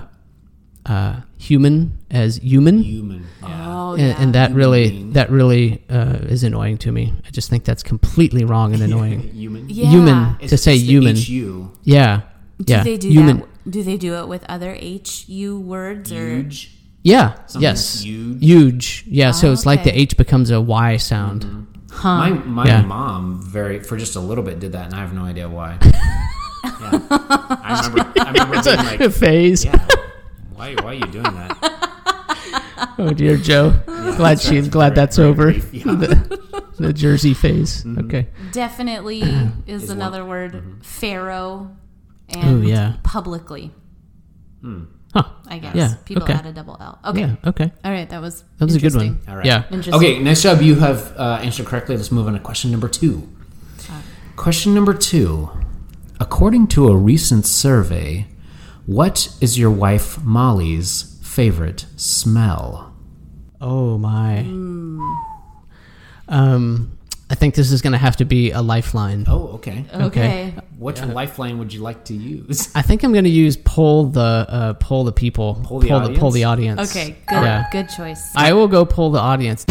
[SPEAKER 3] uh, human as human.
[SPEAKER 1] Human. Yeah.
[SPEAKER 2] Oh,
[SPEAKER 3] and,
[SPEAKER 2] yeah.
[SPEAKER 3] and that really
[SPEAKER 1] Human.
[SPEAKER 3] that really uh, is annoying to me. I just think that's completely wrong and annoying.
[SPEAKER 1] Human.
[SPEAKER 2] Yeah.
[SPEAKER 3] Human
[SPEAKER 1] It's
[SPEAKER 3] to say
[SPEAKER 1] just the
[SPEAKER 3] human,
[SPEAKER 1] H-U.
[SPEAKER 3] yeah,
[SPEAKER 2] Do
[SPEAKER 3] yeah,
[SPEAKER 2] they do
[SPEAKER 3] human,
[SPEAKER 2] that? Do they do it with other H U words or
[SPEAKER 1] Huge.
[SPEAKER 3] yeah,
[SPEAKER 1] Something's
[SPEAKER 3] yes,
[SPEAKER 1] huge.
[SPEAKER 3] huge, yeah. so
[SPEAKER 2] Oh,
[SPEAKER 3] it's like the
[SPEAKER 2] okay.
[SPEAKER 3] H becomes a Y sound.
[SPEAKER 1] Mm-hmm. My my
[SPEAKER 3] Yeah.
[SPEAKER 1] mom very for just a little bit did that, and I have no idea why. yeah. I remember. I remember being like,
[SPEAKER 3] phase.
[SPEAKER 1] yeah. Why, why are you doing that?
[SPEAKER 3] Oh dear, Joe. glad she. Glad that's
[SPEAKER 1] Very
[SPEAKER 3] over.
[SPEAKER 1] brief, yeah.
[SPEAKER 3] the, the Jersey phase.
[SPEAKER 1] Mm-hmm.
[SPEAKER 3] Okay.
[SPEAKER 2] Mm. definitely is, another word pharaoh
[SPEAKER 3] Oh,
[SPEAKER 2] and
[SPEAKER 3] Mm-hmm. yeah.
[SPEAKER 2] publicly,
[SPEAKER 3] Huh.
[SPEAKER 2] I guess.
[SPEAKER 3] Yeah,
[SPEAKER 2] People
[SPEAKER 3] okay.
[SPEAKER 2] add a double L. Okay.
[SPEAKER 3] Yeah. Okay.
[SPEAKER 2] All right, that was
[SPEAKER 3] That was a good one.
[SPEAKER 2] interesting.
[SPEAKER 1] All right.
[SPEAKER 3] Yeah.
[SPEAKER 2] Interesting.
[SPEAKER 1] Okay, nice job. You have uh, answered correctly. Let's move on to question number two. Question number two. According to a recent survey, what is your wife Molly's favorite smell?
[SPEAKER 3] Oh my.
[SPEAKER 2] Hmm.
[SPEAKER 3] Um, I think this is going to have to be a lifeline.
[SPEAKER 1] Oh, okay.
[SPEAKER 2] Okay.
[SPEAKER 1] What lifeline would you like to use?
[SPEAKER 3] I think I'm going to use poll the uh, poll the people.
[SPEAKER 1] Poll the
[SPEAKER 3] poll
[SPEAKER 2] Okay,
[SPEAKER 3] the audience.
[SPEAKER 2] good
[SPEAKER 3] Yeah.
[SPEAKER 2] good choice.
[SPEAKER 3] I will go poll the audience.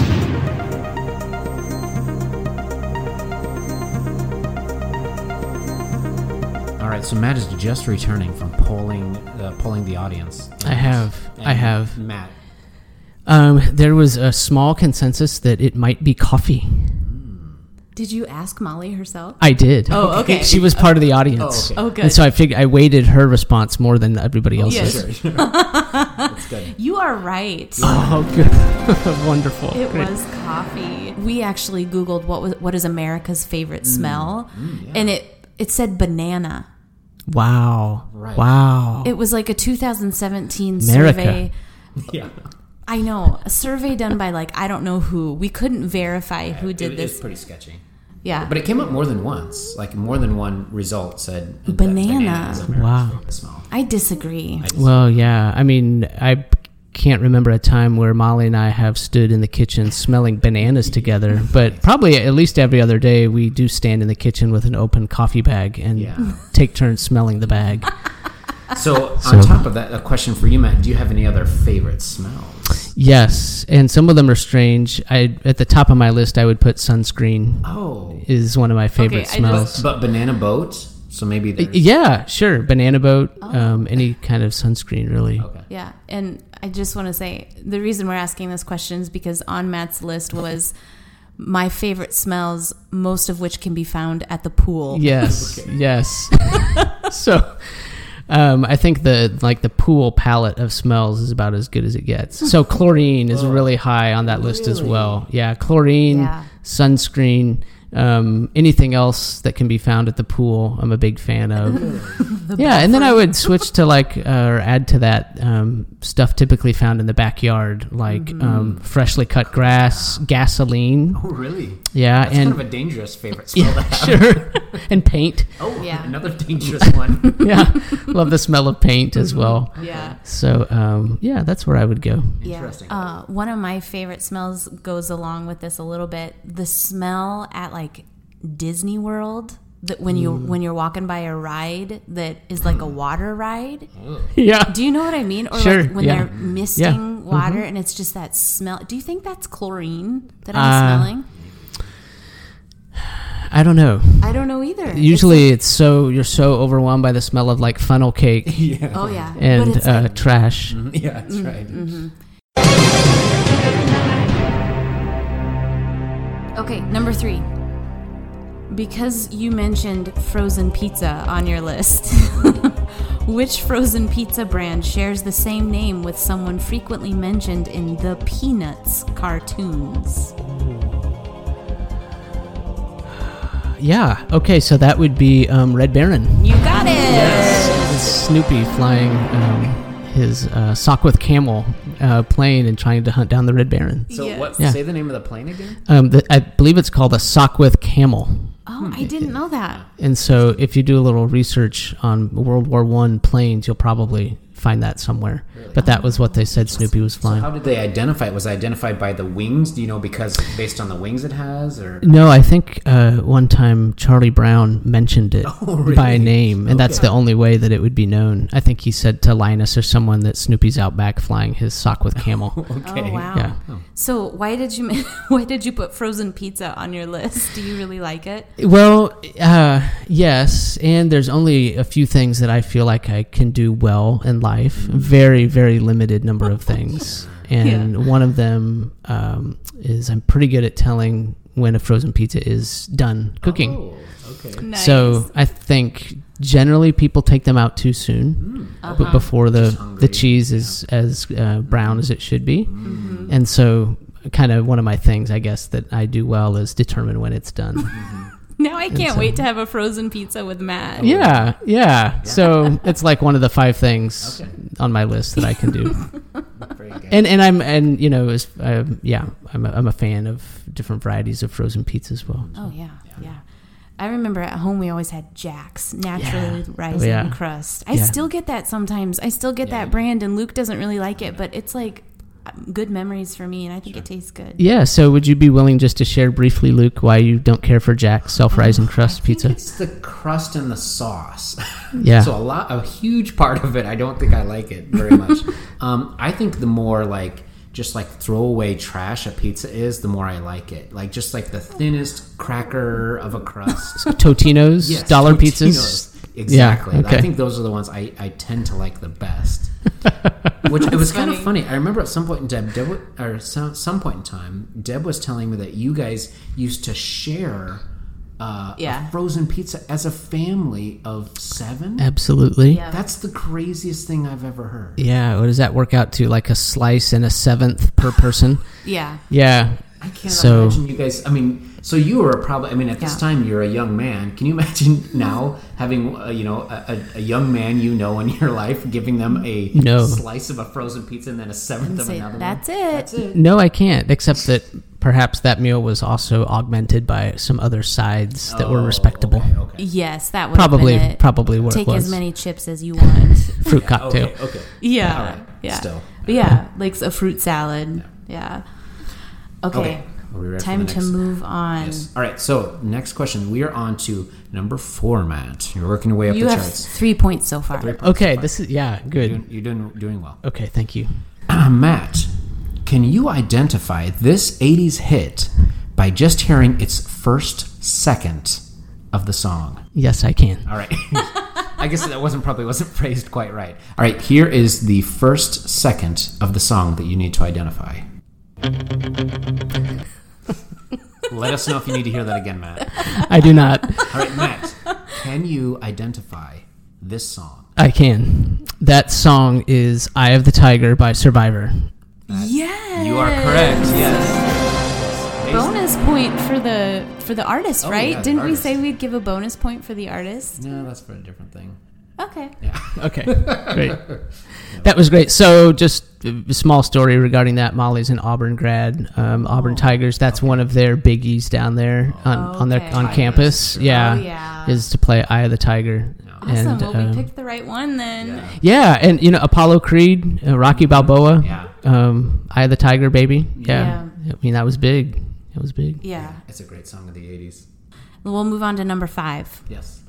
[SPEAKER 1] All right. So Matt is just returning from polling, uh, polling the audience.
[SPEAKER 3] I have. I
[SPEAKER 1] And
[SPEAKER 3] have.
[SPEAKER 1] Matt.
[SPEAKER 3] Um, there was a small consensus that it might be coffee.
[SPEAKER 2] Did you ask Molly herself?
[SPEAKER 3] I did.
[SPEAKER 2] Oh, okay.
[SPEAKER 3] She was part of the audience.
[SPEAKER 1] Oh, okay.
[SPEAKER 2] Oh, good.
[SPEAKER 3] And so I figured I weighted her response more than everybody else's.
[SPEAKER 2] Yes.
[SPEAKER 1] Sure, sure. That's good.
[SPEAKER 2] You are right.
[SPEAKER 3] Oh, good. Wonderful.
[SPEAKER 2] It
[SPEAKER 3] Great.
[SPEAKER 2] was coffee. We actually googled what was what is America's favorite
[SPEAKER 1] Mm,
[SPEAKER 2] smell, and it it said banana.
[SPEAKER 3] Wow.
[SPEAKER 1] Right.
[SPEAKER 3] Wow.
[SPEAKER 2] It was like a 2017
[SPEAKER 3] America.
[SPEAKER 2] survey.
[SPEAKER 1] Yeah.
[SPEAKER 2] I know a survey done by like I don't know who. We couldn't verify who
[SPEAKER 1] It-
[SPEAKER 2] did
[SPEAKER 1] It's
[SPEAKER 2] this.
[SPEAKER 1] pretty sketchy.
[SPEAKER 2] Yeah,
[SPEAKER 1] But it came up more than once. Like more than one result said that
[SPEAKER 2] Banana.
[SPEAKER 1] bananas are
[SPEAKER 3] Wow.
[SPEAKER 1] favorite smell.
[SPEAKER 2] I disagree.
[SPEAKER 3] well, yeah. I mean, I can't remember a time where Molly and I have stood in the kitchen smelling bananas together, but probably at least every other day we do stand in the kitchen with an open coffee bag and
[SPEAKER 1] Yeah.
[SPEAKER 3] take turns smelling the bag.
[SPEAKER 1] So,
[SPEAKER 3] So-
[SPEAKER 1] on top of that, a question for you, Matt. Do you have any other favorite smells?
[SPEAKER 3] yes, and some of them are strange. I at the top of my list I would put sunscreen
[SPEAKER 1] Oh,
[SPEAKER 3] is one of my favorite
[SPEAKER 2] I just-
[SPEAKER 3] smells.
[SPEAKER 1] but banana boat. So maybe there's
[SPEAKER 3] Yeah, sure. Banana boat,
[SPEAKER 2] Oh.
[SPEAKER 3] um, any kind of sunscreen, really.
[SPEAKER 1] Okay.
[SPEAKER 2] Yeah, and I just want to say the reason we're asking this question is because on Matt's list was my favorite smells, most of which can be found at the pool.
[SPEAKER 3] Yes, yes. so, um, I think the like the pool palette of smells is about as good as it gets. So
[SPEAKER 1] Oh.
[SPEAKER 3] chlorine is really high on that list as well. Yeah, chlorine,
[SPEAKER 2] Yeah.
[SPEAKER 3] sunscreen, Um, anything else that can be found at the pool, I'm a big fan of. yeah, and then I would switch to like uh, or add to that um, stuff typically found in the backyard, like um, freshly cut grass, gasoline.
[SPEAKER 1] Mm-hmm. Oh, really?
[SPEAKER 3] Yeah,
[SPEAKER 1] That's
[SPEAKER 3] and
[SPEAKER 1] kind of a dangerous favorite spell to
[SPEAKER 3] yeah,
[SPEAKER 1] have.
[SPEAKER 3] sure, and paint.
[SPEAKER 1] Oh,
[SPEAKER 2] Yeah.
[SPEAKER 1] another dangerous one.
[SPEAKER 3] Yeah, love the smell of paint as well.
[SPEAKER 2] Yeah.
[SPEAKER 3] So um, yeah, that's where I would go.
[SPEAKER 1] Interesting.
[SPEAKER 2] Uh, one of my favorite smells goes along with this a little bit. The smell at like Disney World that when you when you're walking by a ride that is like a water ride.
[SPEAKER 3] Yeah,
[SPEAKER 2] Do you know what I mean? Or
[SPEAKER 3] Sure,
[SPEAKER 2] like when
[SPEAKER 3] yeah.
[SPEAKER 2] they're misting
[SPEAKER 3] Yeah,
[SPEAKER 2] water and it's just that smell. Do you think that's chlorine that I'm
[SPEAKER 3] Uh,
[SPEAKER 2] smelling?
[SPEAKER 3] I don't know.
[SPEAKER 2] I don't know either. It's-
[SPEAKER 3] Usually, it's so you're so overwhelmed by the smell of like funnel cake
[SPEAKER 1] yeah.
[SPEAKER 2] oh yeah, But
[SPEAKER 3] and
[SPEAKER 2] it's
[SPEAKER 3] uh,
[SPEAKER 2] like-
[SPEAKER 3] trash.
[SPEAKER 1] Yeah, that's right.
[SPEAKER 2] okay, number three. Because you mentioned frozen pizza on your list, which frozen pizza brand shares the same name with someone frequently mentioned in the Peanuts cartoons?
[SPEAKER 3] Yeah. Okay. So that would be um, Red Baron.
[SPEAKER 2] You got it.
[SPEAKER 3] It's Snoopy flying um, his uh, sock with camel uh, plane and trying to hunt down the Red Baron.
[SPEAKER 1] So what?
[SPEAKER 3] Yeah.
[SPEAKER 1] Say the name of the plane again.
[SPEAKER 3] Um, the, I believe it's called a sock with camel.
[SPEAKER 2] Oh, I didn't know that.
[SPEAKER 3] And so, if you do a little research on World War One planes, you'll probably find that somewhere. But that was what they said Snoopy was flying.
[SPEAKER 1] Oh, How did they identify it? Was it identified by the wings? Do you know because based on the wings it has, or
[SPEAKER 3] No, I think uh, one time Charlie Brown mentioned it
[SPEAKER 1] Oh, really?
[SPEAKER 3] by name, and that's the only way that it would be known. I think he said to Linus or someone that Snoopy's out back flying his sock with camel.
[SPEAKER 1] okay?
[SPEAKER 2] Oh wow!
[SPEAKER 3] Yeah.
[SPEAKER 2] So why did you why did you put frozen pizza on your list? Do you really like it?
[SPEAKER 3] Well, uh, yes, and there's only a few things that I feel like I can do well in life. Very, very limited number of things, and one of them um, is I'm pretty good at telling when a frozen pizza is done cooking.
[SPEAKER 1] Oh, okay.
[SPEAKER 3] So I think generally people take them out too soon, but before
[SPEAKER 1] Just
[SPEAKER 3] the
[SPEAKER 1] hungry,
[SPEAKER 3] the cheese is as uh, brown as it should be, and so kind of one of my things I guess that I do well is determine when it's done.
[SPEAKER 2] Now I can't
[SPEAKER 3] so-
[SPEAKER 2] wait to have a frozen pizza with Matt.
[SPEAKER 3] yeah, yeah, So it's like one of the five things
[SPEAKER 1] Okay.
[SPEAKER 3] on my list that I can do,
[SPEAKER 1] Very good.
[SPEAKER 3] and and I'm and you know as um, yeah I'm a, I'm a fan of different varieties of frozen pizza as well.
[SPEAKER 2] Oh yeah, yeah. I remember at home we always had Jack's naturally rising
[SPEAKER 3] Yeah.
[SPEAKER 2] crust. I
[SPEAKER 3] Yeah.
[SPEAKER 2] still get that sometimes. I still get that brand, and Luke doesn't really like it, but it's like um, good memories for me, and I think it tastes good.
[SPEAKER 3] Yeah, so would you be willing just to share briefly, Luke, why you don't care for Jack's self-rising crust pizza?
[SPEAKER 1] It's the crust and the sauce.
[SPEAKER 3] Yeah.
[SPEAKER 1] so a lot, a huge part of it, I don't think I like it very much. um, I think the more like just like throwaway trash a pizza is, the more I like it. Like just like the thinnest cracker of a crust.
[SPEAKER 3] Totino's
[SPEAKER 1] Yes,
[SPEAKER 3] dollar
[SPEAKER 1] Totino's.
[SPEAKER 3] pizzas.
[SPEAKER 1] Exactly.
[SPEAKER 3] Yeah, okay.
[SPEAKER 1] I think those are the ones I, I tend to like the best. Which it was kind of funny. I remember at some point in Deb, Deb wa- or some, some point in time, Deb was telling me that you guys used to share uh,
[SPEAKER 2] Yeah.
[SPEAKER 1] a frozen pizza as a family of seven.
[SPEAKER 3] Absolutely. Yeah.
[SPEAKER 2] Yeah.
[SPEAKER 1] That's the craziest thing I've ever heard.
[SPEAKER 3] What does that work out to? Like a slice and a seventh per person.
[SPEAKER 2] Yeah.
[SPEAKER 3] Yeah.
[SPEAKER 1] I cannot
[SPEAKER 3] So-
[SPEAKER 1] imagine you guys. I mean, so you were probably. I mean, at this
[SPEAKER 2] Yeah.
[SPEAKER 1] time, you're a young man. Can you imagine now having uh, you know a, a, a young man you know in your life giving them a
[SPEAKER 3] No.
[SPEAKER 1] slice of a frozen pizza and then a seventh
[SPEAKER 2] And
[SPEAKER 1] of
[SPEAKER 2] say,
[SPEAKER 1] another?
[SPEAKER 2] That's
[SPEAKER 1] one?
[SPEAKER 2] it.
[SPEAKER 1] That's it.
[SPEAKER 3] No, I can't. Except that perhaps that meal was also augmented by some other sides that were
[SPEAKER 1] Oh,
[SPEAKER 3] respectable.
[SPEAKER 1] Okay. okay.
[SPEAKER 2] Yes, that would
[SPEAKER 3] Probably,
[SPEAKER 2] Been it.
[SPEAKER 3] probably what
[SPEAKER 2] Take
[SPEAKER 3] it was.
[SPEAKER 2] as many chips as you want.
[SPEAKER 3] Fruit cocktail.
[SPEAKER 1] Okay. okay.
[SPEAKER 2] Yeah.
[SPEAKER 1] All right.
[SPEAKER 2] Yeah.
[SPEAKER 1] Still.
[SPEAKER 2] Yeah. Like a fruit salad. Yeah. Okay.
[SPEAKER 1] Okay. Are we ready for
[SPEAKER 2] Time
[SPEAKER 1] the
[SPEAKER 2] to
[SPEAKER 1] next?
[SPEAKER 2] move on.
[SPEAKER 1] Yes. All right. So next question. We are on to number four, Matt. You're working your way up
[SPEAKER 2] You
[SPEAKER 1] the
[SPEAKER 2] have
[SPEAKER 1] charts.
[SPEAKER 2] three points so far.
[SPEAKER 3] Okay, this is yeah,
[SPEAKER 1] You're
[SPEAKER 3] good.
[SPEAKER 1] doing, you're doing doing well.
[SPEAKER 3] Okay, thank you.
[SPEAKER 1] Matt, can you identify this 80s hit by just hearing its first second of the song?
[SPEAKER 3] Yes, I can.
[SPEAKER 1] All right. I guess that wasn't probably wasn't phrased quite right. All right, here is the first second of the song that you need to identify. Let us know if you need to hear that again, Matt.
[SPEAKER 3] I do not.
[SPEAKER 1] All right, Matt, can you identify this song?
[SPEAKER 3] I can. That song is "Eye of the Tiger" by Survivor.
[SPEAKER 2] Yes.
[SPEAKER 1] You are correct. Yes.
[SPEAKER 2] bonus point for the for the artist,
[SPEAKER 1] Oh,
[SPEAKER 2] right?
[SPEAKER 1] yeah, the
[SPEAKER 2] Didn't
[SPEAKER 1] artist.
[SPEAKER 2] we say we'd give a bonus point for the artist?
[SPEAKER 1] No, that's for a different thing.
[SPEAKER 2] Okay.
[SPEAKER 3] Okay, great. That was great. So, just a small story regarding that. Molly's an Auburn grad, um, Auburn
[SPEAKER 1] Oh,
[SPEAKER 3] Tigers. That's one of their biggies down there on, on their
[SPEAKER 2] Oh, Okay.
[SPEAKER 3] on
[SPEAKER 2] Tigers,
[SPEAKER 3] campus. Yeah,
[SPEAKER 2] Oh, yeah.
[SPEAKER 3] is to play Eye of the Tiger.
[SPEAKER 2] Awesome. well, we
[SPEAKER 3] um,
[SPEAKER 2] picked the right one then.
[SPEAKER 1] Yeah.
[SPEAKER 3] yeah, and you know Apollo Creed, uh, Rocky Balboa,
[SPEAKER 1] Yeah.
[SPEAKER 3] um, Eye of the Tiger, baby.
[SPEAKER 2] Yeah.
[SPEAKER 3] Yeah. I mean that was big. It was big.
[SPEAKER 2] yeah.
[SPEAKER 1] It's a great song of the 80s.
[SPEAKER 2] We'll move on to number five.
[SPEAKER 1] Yes.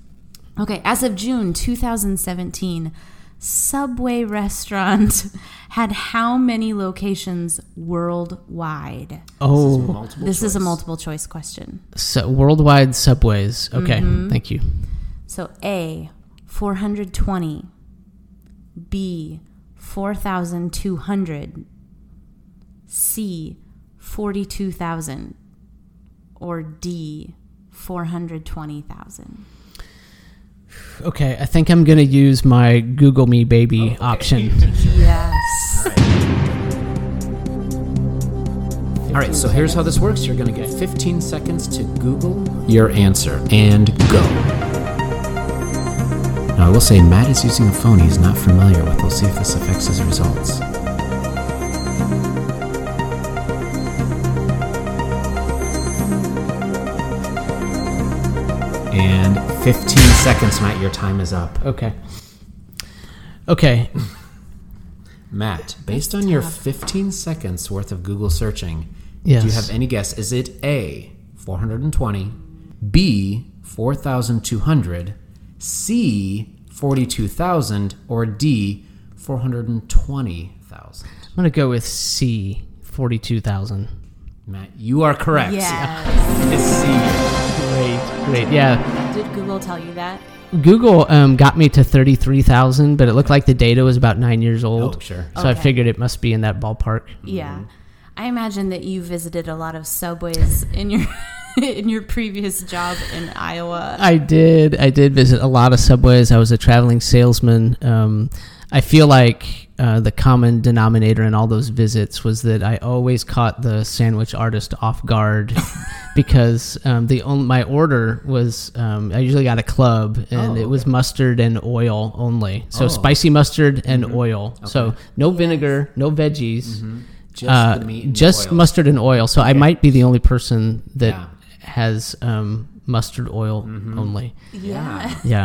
[SPEAKER 2] Okay, as of June 2017, Subway Restaurant had how many locations worldwide?
[SPEAKER 3] Oh,
[SPEAKER 1] Multiple
[SPEAKER 2] this is a
[SPEAKER 1] choice.
[SPEAKER 2] multiple choice question.
[SPEAKER 3] so worldwide subways. Okay, thank you.
[SPEAKER 2] So A, 420, B, 4,200, C, 42,000, or D, 420,000.
[SPEAKER 3] Okay, I think I'm gonna use my Google Me baby option.
[SPEAKER 2] Yes.
[SPEAKER 1] All right, so here's how this works. You're going to get 15 seconds to Google your answer and go. Now, I will say Matt is using a phone he's not familiar with. We'll see if this affects his results. And 15 seconds, Matt, your time is up.
[SPEAKER 3] Okay. Okay.
[SPEAKER 1] Matt, based on your 15 seconds worth of Google searching,
[SPEAKER 3] Yes.
[SPEAKER 1] do you have any guess? Is it A, 420, B, 4,200, C, 42,000, or D, 420,000?
[SPEAKER 3] I'm gonna go with C, forty-two thousand.
[SPEAKER 1] Matt, you are correct.
[SPEAKER 2] yes.
[SPEAKER 1] It's C.
[SPEAKER 3] Great, great. Yeah,
[SPEAKER 2] Did Google tell you that?
[SPEAKER 3] Google um, got me to thirty-three thousand, but it looked like the data was about nine years old.
[SPEAKER 1] Oh, sure.
[SPEAKER 3] So I
[SPEAKER 2] Okay.
[SPEAKER 3] figured it must be in that ballpark.
[SPEAKER 2] Yeah. I imagine that you visited a lot of subways in your in your previous job in Iowa.
[SPEAKER 3] I did. I did visit a lot of subways. I was a traveling salesman. Um, I feel like uh, the common denominator in all those visits was that I always caught the sandwich artist off guard because um, the on- my order was um, I usually got a club and it was mustard and oil only. So spicy mustard and oil. So no vinegar, no veggies.
[SPEAKER 1] Just
[SPEAKER 3] uh,
[SPEAKER 1] the meat. and the
[SPEAKER 3] just
[SPEAKER 1] oil.
[SPEAKER 3] mustard and oil. So I might be the only person that
[SPEAKER 1] Yeah. Mm-hmm.
[SPEAKER 3] has um, mustard oil only.
[SPEAKER 2] Yeah.
[SPEAKER 3] Yeah,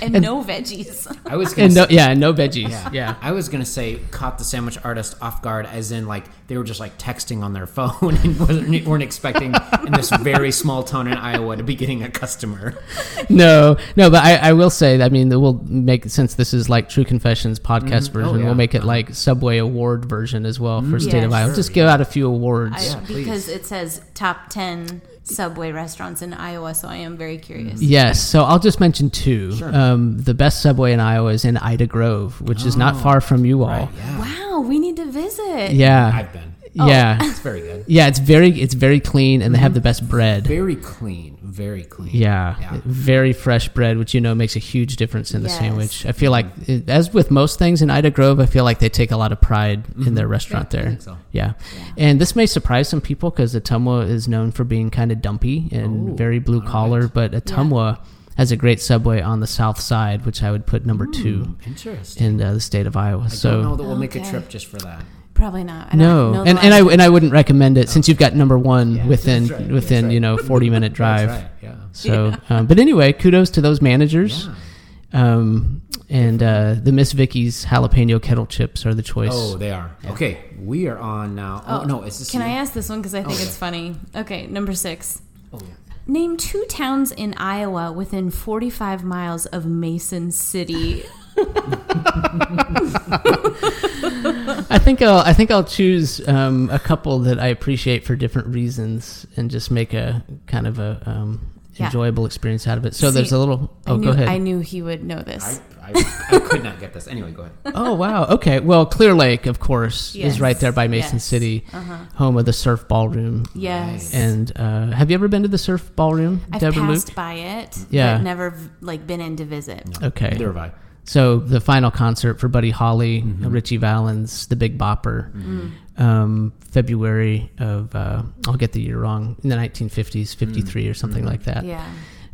[SPEAKER 2] And, no veggies.
[SPEAKER 1] I was gonna
[SPEAKER 3] and no,
[SPEAKER 1] say-
[SPEAKER 3] yeah, and no veggies. Yeah.
[SPEAKER 1] I was gonna say caught the sandwich artist off guard, as in like they were just like texting on their phone and wasn't, weren't expecting in this very small town in Iowa to be getting a customer.
[SPEAKER 3] No, no, but I, I will say, I mean, we'll make since this is like True Confessions podcast
[SPEAKER 1] Oh,
[SPEAKER 3] version,
[SPEAKER 1] yeah. Mm-hmm.
[SPEAKER 3] we'll make it like Subway Award version as well for State of
[SPEAKER 2] Yes.
[SPEAKER 3] Iowa. Just give out a few awards.
[SPEAKER 2] I, uh, because it says top 10 subway restaurants in Iowa, so I am very curious.
[SPEAKER 3] Yes, so I'll just mention two. Um, the best subway in Iowa is in Ida Grove, which is
[SPEAKER 1] Oh,
[SPEAKER 3] not far from you all.
[SPEAKER 1] Yeah,
[SPEAKER 2] Wow, we need to visit.
[SPEAKER 3] Mm-hmm. Yeah,
[SPEAKER 1] I've been.
[SPEAKER 3] yeah,
[SPEAKER 1] It's very good.
[SPEAKER 3] yeah. It's very, it's very clean, and they
[SPEAKER 1] Mm-hmm.
[SPEAKER 3] have the best bread.
[SPEAKER 1] Very clean. Very clean.
[SPEAKER 3] Yeah,
[SPEAKER 1] Yeah.
[SPEAKER 3] very fresh bread, which you know makes a huge difference in the
[SPEAKER 2] Yes.
[SPEAKER 3] sandwich. I feel like,
[SPEAKER 1] Mm-hmm.
[SPEAKER 3] it- as with most things in Ida Grove, I feel like they take a lot of pride in their restaurant there.
[SPEAKER 1] Mm-hmm. think so.
[SPEAKER 3] Yeah. and this may surprise some people because Atumwa is known for being kind of dumpy and very blue collar, but Atumwa has a great subway on the south side, which I would put number two
[SPEAKER 1] Interesting.
[SPEAKER 3] in uh, the state of Iowa. so.
[SPEAKER 1] Don't know that we'll make a
[SPEAKER 2] Okay.
[SPEAKER 1] trip just for that.
[SPEAKER 2] Probably not. I don't
[SPEAKER 3] No,
[SPEAKER 2] know the
[SPEAKER 3] and and I
[SPEAKER 2] lot.
[SPEAKER 3] and I wouldn't recommend it since you've got number one within
[SPEAKER 1] That's right.
[SPEAKER 3] within
[SPEAKER 1] That's right.
[SPEAKER 3] you know forty minute drive.
[SPEAKER 1] That's right. Yeah.
[SPEAKER 3] So, um, but anyway, kudos to those managers.
[SPEAKER 1] Yeah.
[SPEAKER 3] Um, and uh, the Miss Vicky's jalapeno kettle chips are the choice.
[SPEAKER 1] Oh, they are. Okay, we are on now. Oh, no, is this?
[SPEAKER 2] Can
[SPEAKER 1] you?
[SPEAKER 2] I ask this one because I think it's funny? Okay, number six.
[SPEAKER 3] Oh,
[SPEAKER 2] Name two towns in Iowa within 45 miles of Mason City.
[SPEAKER 3] I think I'll I think I'll choose um, a couple that I appreciate for different reasons and just make a kind of a um,
[SPEAKER 2] Yeah.
[SPEAKER 3] enjoyable experience out of it. So
[SPEAKER 2] See,
[SPEAKER 3] there's a little. Oh,
[SPEAKER 2] I knew,
[SPEAKER 3] go ahead.
[SPEAKER 2] I knew he would know this.
[SPEAKER 1] I, I, I could not get this. Anyway, go ahead.
[SPEAKER 3] Oh wow. Okay. Well, Clear Lake, of course,
[SPEAKER 2] Yes.
[SPEAKER 3] is right there by Mason
[SPEAKER 2] Yes. Uh-huh.
[SPEAKER 3] City, home of the Surf Ballroom.
[SPEAKER 2] yes.
[SPEAKER 3] And uh, have you ever been to the Surf Ballroom,
[SPEAKER 2] I've
[SPEAKER 3] Deborah
[SPEAKER 2] passed
[SPEAKER 3] Luke?
[SPEAKER 2] by it,
[SPEAKER 3] Yeah.
[SPEAKER 2] but never like been in to visit.
[SPEAKER 3] Okay.
[SPEAKER 1] Neither have I.
[SPEAKER 3] So the final concert for Buddy Holly, Richie Valens, The Big Bopper,
[SPEAKER 2] Mm.
[SPEAKER 3] um, February of uh, I'll get the year wrong in the 1950s, 53 or something like that.
[SPEAKER 2] Yeah.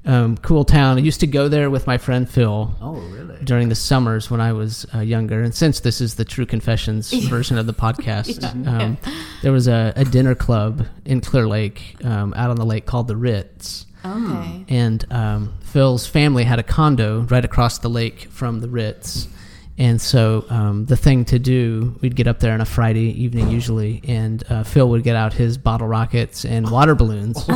[SPEAKER 3] Um, cool town. I used to go there with my friend Phil
[SPEAKER 1] Oh, really?
[SPEAKER 3] during the summers when I was uh, younger. And since this is the True Confessions version of the podcast, um, there was a, a dinner club in Clear Lake um, out on the lake called the Ritz.
[SPEAKER 2] Okay.
[SPEAKER 3] And um, Phil's family had a condo right across the lake from the Ritz. And so um, the thing to do, we'd get up there on a Friday evening usually, and uh, Phil would get out his bottle rockets and water balloons.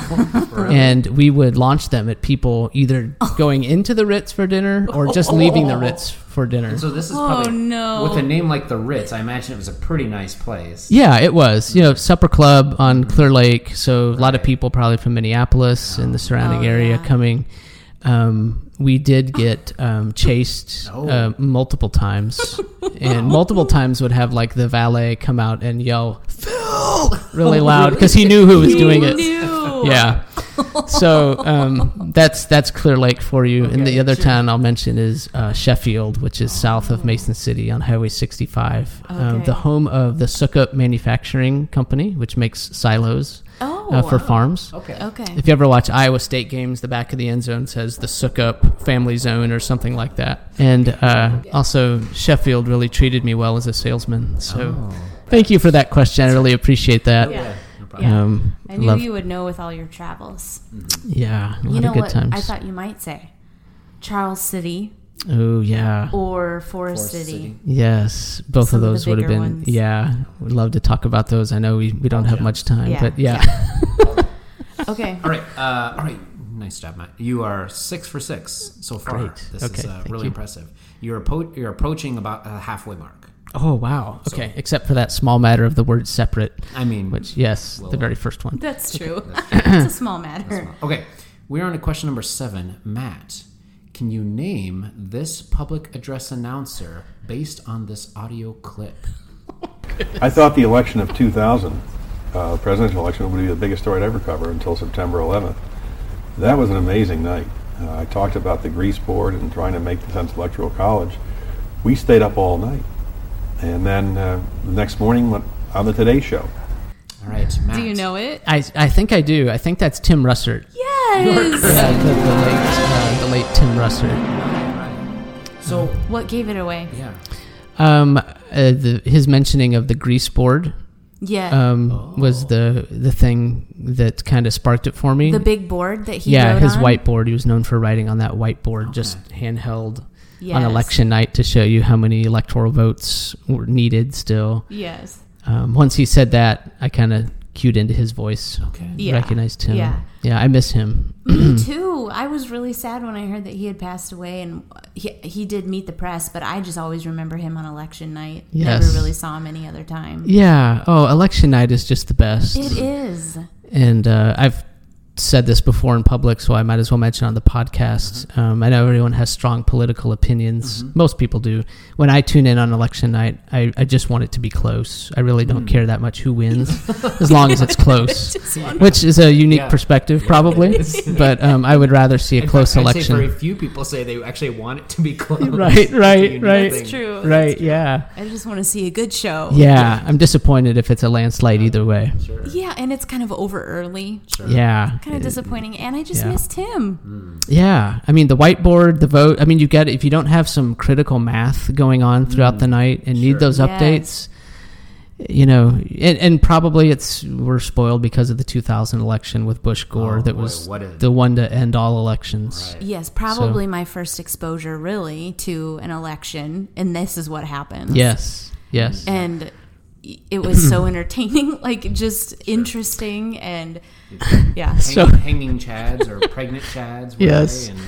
[SPEAKER 3] And we would launch them at people either going into the Ritz for dinner or just leaving the Ritz for dinner.
[SPEAKER 1] So this is
[SPEAKER 2] Oh,
[SPEAKER 1] probably
[SPEAKER 2] no.
[SPEAKER 1] with a name like the Ritz. I imagine it was a pretty nice place.
[SPEAKER 3] Yeah, it was. You know, supper club on Clear Lake. So a lot of people probably from Minneapolis and the surrounding
[SPEAKER 2] Oh,
[SPEAKER 3] area
[SPEAKER 2] yeah.
[SPEAKER 3] coming. Um, we did get um, chased uh, multiple times, and multiple times would have like the valet come out and yell Phil really loud because he knew who was doing it.
[SPEAKER 2] Ew.
[SPEAKER 3] Yeah. So um, that's that's Clear Lake for you. and the other town I'll mention is uh, Sheffield, which is south of Mason City on Highway 65, um,
[SPEAKER 2] Okay.
[SPEAKER 3] the home of the Sukup Manufacturing Company, which makes silos
[SPEAKER 2] Oh,
[SPEAKER 3] uh, for
[SPEAKER 2] wow.
[SPEAKER 3] farms.
[SPEAKER 1] Okay.
[SPEAKER 2] Okay.
[SPEAKER 3] If you ever watch Iowa State games, the back of the end zone says the Sukup Family Zone or something like that. And uh, also, Sheffield really treated me well as a salesman. So thank you for that question. I really appreciate that.
[SPEAKER 2] Oh. Yeah. Yeah.
[SPEAKER 3] Um,
[SPEAKER 2] I knew
[SPEAKER 3] love-
[SPEAKER 2] you would know with all your travels.
[SPEAKER 3] yeah, a lot
[SPEAKER 2] You know
[SPEAKER 3] of good
[SPEAKER 2] what?
[SPEAKER 3] times.
[SPEAKER 2] I thought you might say Charles City
[SPEAKER 3] Oh yeah,
[SPEAKER 2] or Forest,
[SPEAKER 1] Forest
[SPEAKER 2] City.
[SPEAKER 1] City.
[SPEAKER 3] yes, both
[SPEAKER 2] Some
[SPEAKER 3] of
[SPEAKER 2] of the
[SPEAKER 3] those would have
[SPEAKER 2] bigger
[SPEAKER 3] been.
[SPEAKER 2] ones.
[SPEAKER 3] Yeah, would love to talk about those. I know we, we don't have much time,
[SPEAKER 2] Yeah.
[SPEAKER 3] but yeah,
[SPEAKER 2] Okay.
[SPEAKER 1] All right. Uh, all right. Nice job, Matt. You are six for six so far.
[SPEAKER 3] Great.
[SPEAKER 1] This is
[SPEAKER 3] Okay,
[SPEAKER 1] uh,
[SPEAKER 3] thank
[SPEAKER 1] really
[SPEAKER 3] you.
[SPEAKER 1] impressive. You're, appo- you're approaching about a halfway mark.
[SPEAKER 3] oh wow, okay. Except for that small matter of the word separate,
[SPEAKER 1] I mean,
[SPEAKER 3] which yes,
[SPEAKER 1] Well,
[SPEAKER 3] the very first one.
[SPEAKER 2] That's true. it's a small matter.
[SPEAKER 1] okay. We are on to question number seven. Matt, can you name this public address announcer based on this audio clip?
[SPEAKER 6] I thought the election of 2000, uh, presidential election, would be the biggest story I'd ever cover until September 11th. That was an amazing night. Uh, I talked about the Grease Board and trying to make the sense electoral college. We stayed up all night, and then uh, the next morning went on the Today Show.
[SPEAKER 1] All right, Matt.
[SPEAKER 2] Do you know it?
[SPEAKER 3] I, I think I do. I think that's Tim Russert.
[SPEAKER 2] Yes.
[SPEAKER 3] Yeah, the, the late uh, the late Tim Russert.
[SPEAKER 1] So,
[SPEAKER 2] what gave it away?
[SPEAKER 1] yeah.
[SPEAKER 3] Um, uh, the, his mentioning of the grease board
[SPEAKER 2] Yeah. Oh.
[SPEAKER 3] um, was the the thing that kind of sparked it for me.
[SPEAKER 2] the big board that he
[SPEAKER 3] Uh, yeah,
[SPEAKER 2] wrote
[SPEAKER 3] his
[SPEAKER 2] on? Oh,
[SPEAKER 3] whiteboard. He was known for writing on that whiteboard, just handheld on
[SPEAKER 2] Yes.
[SPEAKER 3] election night to show you how many electoral votes were needed still.
[SPEAKER 2] Yes.
[SPEAKER 3] Um, once he said that, I kind of cued into his voice.
[SPEAKER 1] Okay.
[SPEAKER 2] Yeah.
[SPEAKER 3] Recognized him.
[SPEAKER 2] Yeah.
[SPEAKER 3] Yeah, I miss him.
[SPEAKER 2] Me too. I was really sad when I heard that he had passed away, and he he did meet the press, but I just always remember him on election night.
[SPEAKER 3] Yes.
[SPEAKER 2] Never really saw him any other time.
[SPEAKER 3] Yeah. Oh, election night is just the best.
[SPEAKER 2] It is.
[SPEAKER 3] and uh, I've said this before in public, so I might as well mention on the podcast.
[SPEAKER 1] Mm-hmm.
[SPEAKER 3] Um, I know everyone has strong political opinions. Most people do. When I tune in on election night, I, I just want it to be close. I really
[SPEAKER 1] Mm.
[SPEAKER 3] don't care that much who wins, as long as it's close, which is a unique
[SPEAKER 1] Yeah.
[SPEAKER 3] perspective, probably. but um, I would rather see a
[SPEAKER 1] In
[SPEAKER 3] close
[SPEAKER 1] fact, I'd say
[SPEAKER 3] election.
[SPEAKER 1] very few people say they actually want it to be close.
[SPEAKER 3] Right, right, right. That's
[SPEAKER 2] True.
[SPEAKER 3] Right, yeah.
[SPEAKER 2] I just want to see a good show.
[SPEAKER 3] Yeah, I'm disappointed if it's a landslide either way.
[SPEAKER 2] Yeah, and it's kind of over early.
[SPEAKER 3] Yeah.
[SPEAKER 2] Kind of disappointing. And I just
[SPEAKER 3] Yeah.
[SPEAKER 2] missed him.
[SPEAKER 3] Yeah, I mean the whiteboard, the vote. I mean, you get if you don't have some critical math going on
[SPEAKER 1] Mm,
[SPEAKER 3] throughout the night and need those
[SPEAKER 2] Yes.
[SPEAKER 3] updates, you know, and, and probably it's we're spoiled because of the 2000 election with Bush Gore
[SPEAKER 1] Oh,
[SPEAKER 3] that
[SPEAKER 1] boy,
[SPEAKER 3] was
[SPEAKER 1] what a-
[SPEAKER 3] the one to end all elections.
[SPEAKER 1] Right.
[SPEAKER 2] Yes, probably my first exposure really to an election, and this is what happened.
[SPEAKER 3] Yes, yes,
[SPEAKER 2] And it was so entertaining, like just interesting and yeah.
[SPEAKER 3] So-
[SPEAKER 1] hanging chads or pregnant chads. were
[SPEAKER 3] Yes.
[SPEAKER 1] they? And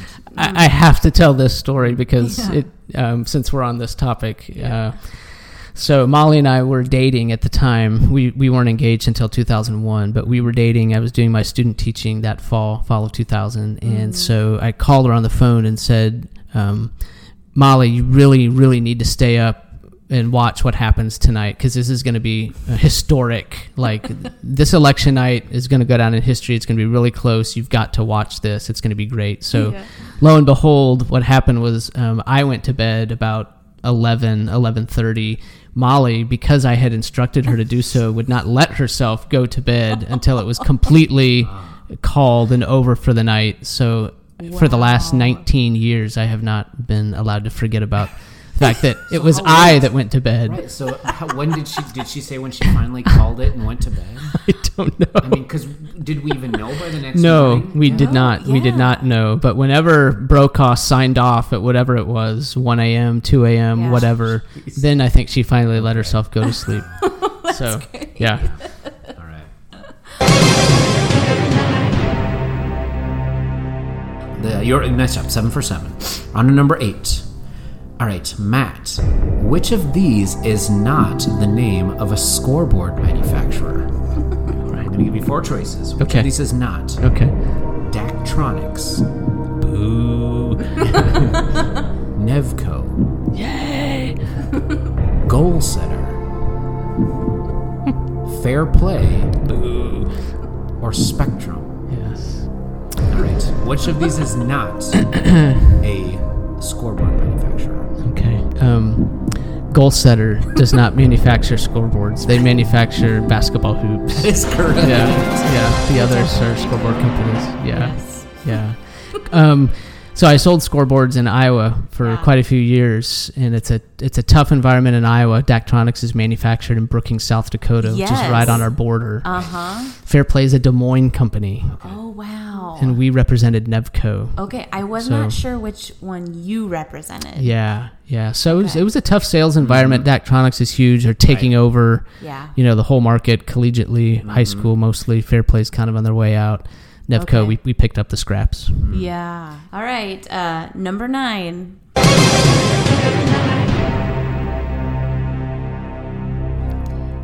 [SPEAKER 3] I, I have to tell this story because
[SPEAKER 2] Yeah.
[SPEAKER 3] it um, since we're on this topic. Uh, so Molly and I were dating at the time. We we weren't engaged until 2001, but we were dating. I was doing my student teaching that fall, fall of 2000,
[SPEAKER 2] Mm-hmm.
[SPEAKER 3] and so I called her on the phone and said, um, "Molly, you really, really need to stay up and watch what happens tonight because this is going to be a historic. Like this election night is going to go down in history. It's going to be really close. You've got to watch this. It's going to be great. So,
[SPEAKER 2] Yeah.
[SPEAKER 3] lo and behold, what happened was um, I went to bed about 11, 11.30. Molly, because I had instructed her to do so, would not let herself go to bed until it was completely called and over for the night. So, for the last
[SPEAKER 2] Wow.
[SPEAKER 3] 19 years, I have not been allowed to forget about the fact that it was I that went to bed.
[SPEAKER 1] Right. So how, when did she did she say when she finally called it and went to bed?
[SPEAKER 3] I don't know.
[SPEAKER 1] I mean, because did we even know by the next?
[SPEAKER 3] No,
[SPEAKER 1] morning?
[SPEAKER 3] we did not. We did
[SPEAKER 2] Oh, yeah.
[SPEAKER 3] not know. But whenever Brokaw signed off at whatever it was, 1 a.m., 2 a.m.,
[SPEAKER 2] Yeah.
[SPEAKER 3] whatever, then I think she finally let herself go to sleep. so, yeah.
[SPEAKER 1] All right. The, you're nice job. Seven for seven. On to number eight. All right, Matt. Which of these is not the name of a scoreboard manufacturer? All right, I'm gonna give you four choices. Which
[SPEAKER 3] Okay.
[SPEAKER 1] of these is not?
[SPEAKER 3] Okay.
[SPEAKER 1] Dactronics, Nevco, Yay, Goal Setter, Fair Play, or Spectrum.
[SPEAKER 3] Yes.
[SPEAKER 1] All right, which of these is not a scoreboard manufacturer?
[SPEAKER 3] Okay. Um, goal setter does not manufacture scoreboards. They manufacture basketball hoops.
[SPEAKER 1] It's correct.
[SPEAKER 3] Yeah. Yeah. The others are scoreboard companies. Yeah.
[SPEAKER 2] Yes.
[SPEAKER 3] Yeah. Um, so I sold scoreboards in Iowa for quite a few years, and it's a it's a tough environment in Iowa. Dactronics is manufactured in Brookings, South Dakota, which is right
[SPEAKER 2] Yes.
[SPEAKER 3] on our border.
[SPEAKER 2] Uh huh.
[SPEAKER 3] Fair Play is a Des Moines company,
[SPEAKER 2] Oh wow.
[SPEAKER 3] and we represented Nevco.
[SPEAKER 2] okay, I was not sure which one you represented.
[SPEAKER 3] Yeah, yeah. So it, was, it was a tough sales environment. Dactronics is huge. They're taking over,
[SPEAKER 2] Mm-hmm. Yeah. Mm-hmm.
[SPEAKER 3] you know, the whole market collegiately, high school mostly. Fair Play's kind of on their way out. Nevco,
[SPEAKER 2] Okay. Mm-hmm.
[SPEAKER 3] we, we picked up the scraps.
[SPEAKER 2] Yeah. All right. Uh, number nine.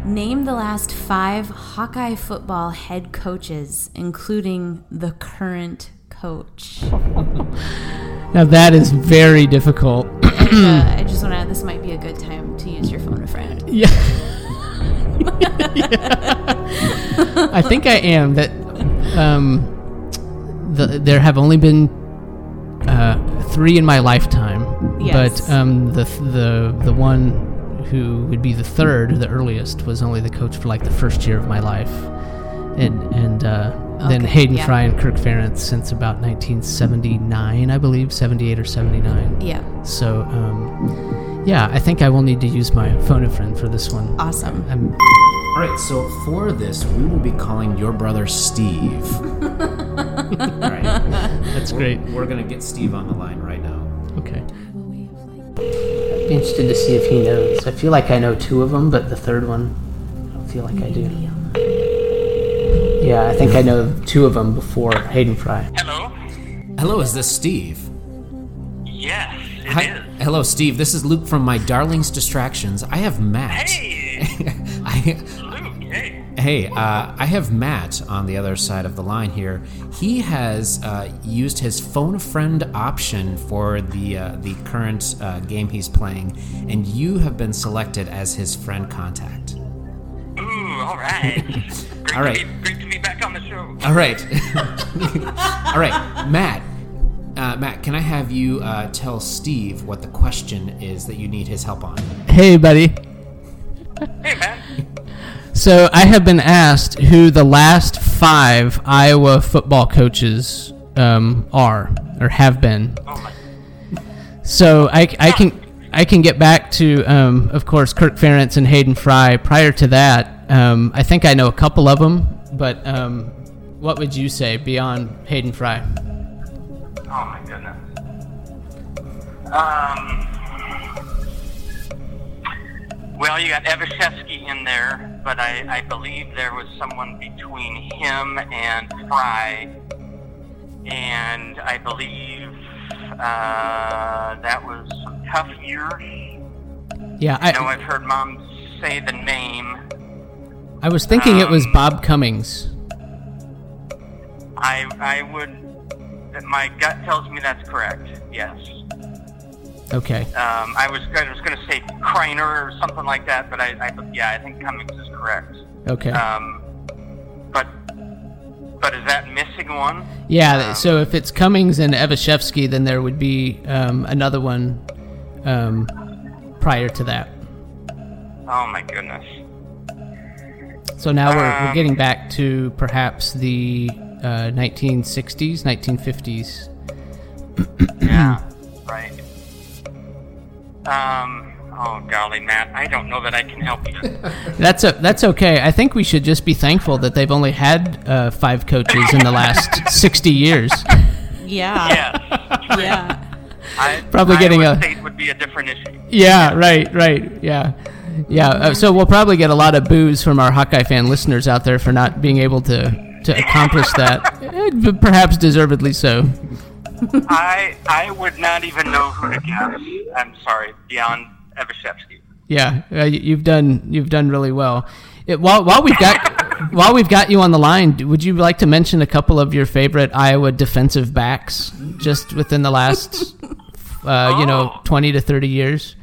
[SPEAKER 2] Name the last five Hawkeye football head coaches, including the current coach.
[SPEAKER 3] Now that is very difficult.
[SPEAKER 2] uh, I just want to. This might be a good time to use your phone a friend.
[SPEAKER 3] Yeah. I think I am. That um, the, there have only been uh, three in my lifetime,
[SPEAKER 2] Yes.
[SPEAKER 3] but um, the the the one who would be the third, the earliest, was only the coach for like the first year of my life, and and uh, then
[SPEAKER 2] Okay,
[SPEAKER 3] Hayden
[SPEAKER 2] yeah.
[SPEAKER 3] Fry and Kirk Ferentz since about 1979, I believe, 78 or 79.
[SPEAKER 2] Yeah.
[SPEAKER 3] So, um, yeah, I think I will need to use my phone a friend for this one.
[SPEAKER 2] Awesome.
[SPEAKER 3] I'm,
[SPEAKER 1] All right, so for this, we will be calling your brother Steve. All right,
[SPEAKER 3] that's great.
[SPEAKER 1] we're gonna get Steve on the line right now.
[SPEAKER 3] Okay.
[SPEAKER 7] Be interested to see if he knows. I feel like I know two of them, but the third one, I don't feel like I do. Yeah, I think I know two of them before Hayden Fry.
[SPEAKER 8] Hello?
[SPEAKER 1] Hello, is this Steve?
[SPEAKER 8] Yes, it is.
[SPEAKER 1] Hi, hello, Steve. This is Luke from My Darling's Distractions. I have Matt.
[SPEAKER 8] Hey,
[SPEAKER 1] I,
[SPEAKER 8] Luke, hey.
[SPEAKER 1] hey, uh, I have Matt on the other side of the line here. He has uh, used his phone a friend option for the uh, the current uh, game he's playing, and you have been selected as his friend contact.
[SPEAKER 8] Ooh, all right. Great
[SPEAKER 1] All right.
[SPEAKER 8] To be, great to be back on the show.
[SPEAKER 1] All right, all right, Matt. Uh, Matt, can I have you uh, tell Steve what the question is that you need his help on?
[SPEAKER 3] Hey, buddy.
[SPEAKER 8] Hey, man.
[SPEAKER 3] So I have been asked who the last five Iowa football coaches um, are or have been.
[SPEAKER 8] Oh, my.
[SPEAKER 3] So I, I can I can get back to um, of course Kirk Ferentz and Hayden Fry. Prior to that, um, I think I know a couple of them. But um, what would you say beyond Hayden Fry?
[SPEAKER 8] Oh, my goodness. Um. Well, you got Evashevsky in there, but I, I believe there was someone between him and Fry. And I believe uh, that was some tough years.
[SPEAKER 3] Yeah,
[SPEAKER 8] know
[SPEAKER 3] I,
[SPEAKER 8] I've heard mom say the name.
[SPEAKER 3] I was thinking it was Bob Cummings.
[SPEAKER 8] I I would. My gut tells me that's correct. Yes.
[SPEAKER 3] Okay.
[SPEAKER 8] Um, I was I was going to say Kreiner or something like that, but I, I yeah, I think Cummings is correct.
[SPEAKER 3] Okay.
[SPEAKER 8] Um, but but is that missing one?
[SPEAKER 3] yeah. th- so if it's Cummings and Evashevsky, then there would be um, another one um, prior to that.
[SPEAKER 8] Oh my goodness.
[SPEAKER 3] So now we're, we're
[SPEAKER 8] Um,
[SPEAKER 3] getting back to perhaps the uh, 1960s, 1950s.
[SPEAKER 8] Yeah. right. Um. Oh golly, Matt, I don't know that I can help you.
[SPEAKER 3] That's a, that's okay. I think we should just be thankful that they've only had uh, five coaches in the last 60 years.
[SPEAKER 2] Yeah.
[SPEAKER 8] yes.
[SPEAKER 2] Yeah.
[SPEAKER 8] I,
[SPEAKER 3] Probably getting
[SPEAKER 8] Iowa
[SPEAKER 3] a-
[SPEAKER 8] state would be a different issue.
[SPEAKER 3] Yeah, right, right. Yeah. Yeah. Uh, so we'll probably get a lot of boos from our Hawkeye fan listeners out there for not being able to, to accomplish that. Eh, but Perhaps deservedly so.
[SPEAKER 8] I I would not even know who to guess. I'm sorry, beyond Evashevsky.
[SPEAKER 3] Yeah, uh, y- you've done you've done really well. It, while while we've got while we've got you on the line, d- would you like to mention a couple of your favorite Iowa defensive backs just within the last uh, you know
[SPEAKER 8] Oh.
[SPEAKER 3] twenty to thirty years?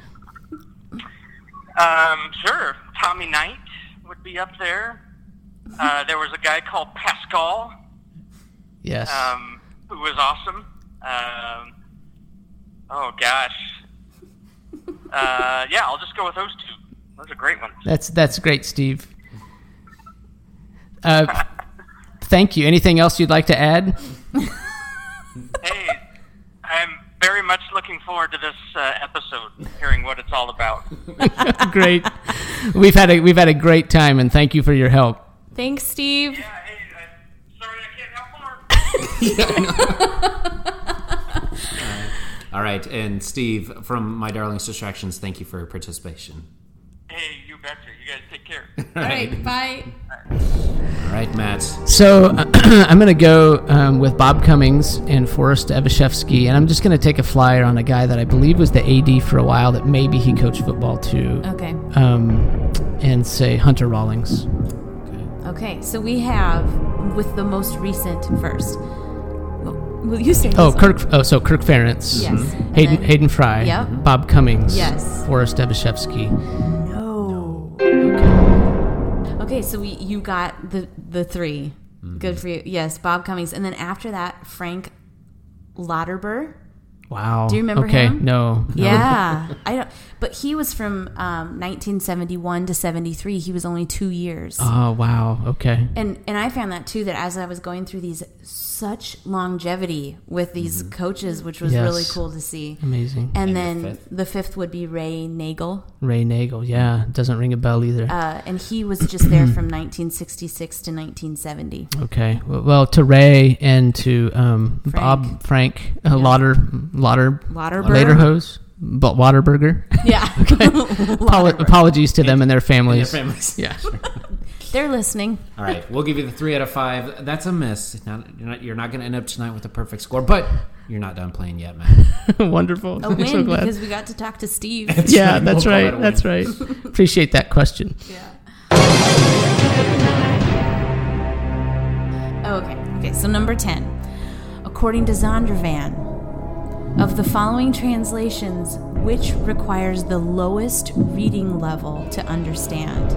[SPEAKER 8] Um, sure. Tommy Knight would be up there. Uh, there was a guy called Pascal
[SPEAKER 3] Yes.
[SPEAKER 8] um, who was awesome. Um, oh gosh. Uh, yeah, I'll just go with those two. Those are great ones.
[SPEAKER 3] That's that's great, Steve. Uh, thank you. Anything else you'd like to add?
[SPEAKER 8] Hey, I'm very much looking forward to this uh, episode, hearing what it's all about.
[SPEAKER 3] great. We've had a we've had a great time, and thank you for your help.
[SPEAKER 2] Thanks, Steve.
[SPEAKER 8] Yeah, hey, uh, sorry I can't help more.
[SPEAKER 1] All right, and Steve from My Darling's Distractions, thank you for your participation.
[SPEAKER 8] Hey, you betcha. You guys take care.
[SPEAKER 1] All right,
[SPEAKER 2] Bye.
[SPEAKER 1] all right, Matt.
[SPEAKER 3] So I'm going to go um, with Bob Cummings and Forrest Evashevsky, and I'm just going to take a flyer on a guy that I believe was the AD for a while that maybe he coached football too,
[SPEAKER 2] Okay.
[SPEAKER 3] um, and say Hunter Rawlings.
[SPEAKER 2] Okay. So we have with the most recent first. Well, Will you say?
[SPEAKER 3] Oh,
[SPEAKER 2] this one?
[SPEAKER 3] Kirk. Oh, so Kirk Ferentz. Mm-hmm.
[SPEAKER 2] Yes. And
[SPEAKER 3] Hayden,
[SPEAKER 2] then-
[SPEAKER 3] Hayden Fry.
[SPEAKER 2] Yep.
[SPEAKER 3] Bob Cummings.
[SPEAKER 2] Yes.
[SPEAKER 3] Forrest Evashevsky.
[SPEAKER 2] No. Okay, so we you got the the 3 Good for you. Yes, Bob Cummings, and then after that, Frank Lauterbur.
[SPEAKER 3] Wow. Do
[SPEAKER 2] you remember
[SPEAKER 3] okay,
[SPEAKER 2] him?
[SPEAKER 3] No. no.
[SPEAKER 2] Yeah, I don't. But he was from um, 1971 to 73. He was only two years.
[SPEAKER 3] Oh wow. Okay.
[SPEAKER 2] and and I found that too that as I was going through these such longevity with these coaches, which was really
[SPEAKER 3] Yes.
[SPEAKER 2] cool to see.
[SPEAKER 3] Amazing.
[SPEAKER 2] And,
[SPEAKER 1] the
[SPEAKER 2] then the
[SPEAKER 1] fifth?
[SPEAKER 2] fifth. would be Ray Nagel,
[SPEAKER 3] Ray Nagel. Yeah. Doesn't ring a bell either.
[SPEAKER 2] uh, and he was just there from 1966 to 1970.
[SPEAKER 3] Okay. Well- Well, to Ray and to um, Bob Frank uh, Lauder Lauder
[SPEAKER 2] Lauderberg?
[SPEAKER 3] Laderhose, but Waterburger.
[SPEAKER 2] Yeah.
[SPEAKER 3] Apolo- apologies to them and their
[SPEAKER 1] Your
[SPEAKER 3] families.
[SPEAKER 1] families.
[SPEAKER 3] Yeah.
[SPEAKER 2] They're listening.
[SPEAKER 1] All right, we'll give you the three out of five. That's a miss. Not, you're not, you're not going to end up tonight with a perfect score, but you're not done playing yet, Matt.
[SPEAKER 3] Wonderful.
[SPEAKER 2] A
[SPEAKER 3] I'm
[SPEAKER 2] win
[SPEAKER 3] so glad.
[SPEAKER 2] because we got to talk to Steve.
[SPEAKER 3] yeah, that's
[SPEAKER 1] We'll call
[SPEAKER 3] right.
[SPEAKER 1] it a
[SPEAKER 3] That's right. Appreciate that question.
[SPEAKER 2] Oh, okay. Okay. So number ten, according to Zondervan, of the following translations, which requires the lowest reading level to understand?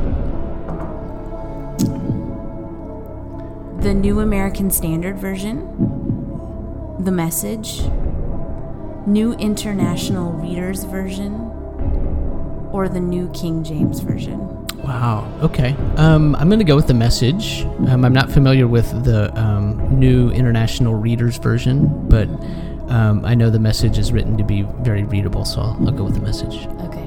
[SPEAKER 2] The New American Standard Version, The Message, New International Reader's Version, or the New King James Version.
[SPEAKER 3] Wow. Okay. Um, I'm going to go with the message. Um, I'm not familiar with the um, new international readers version, but um, I know the message is written to be very readable, so I'll, I'll go with the message.
[SPEAKER 2] Okay.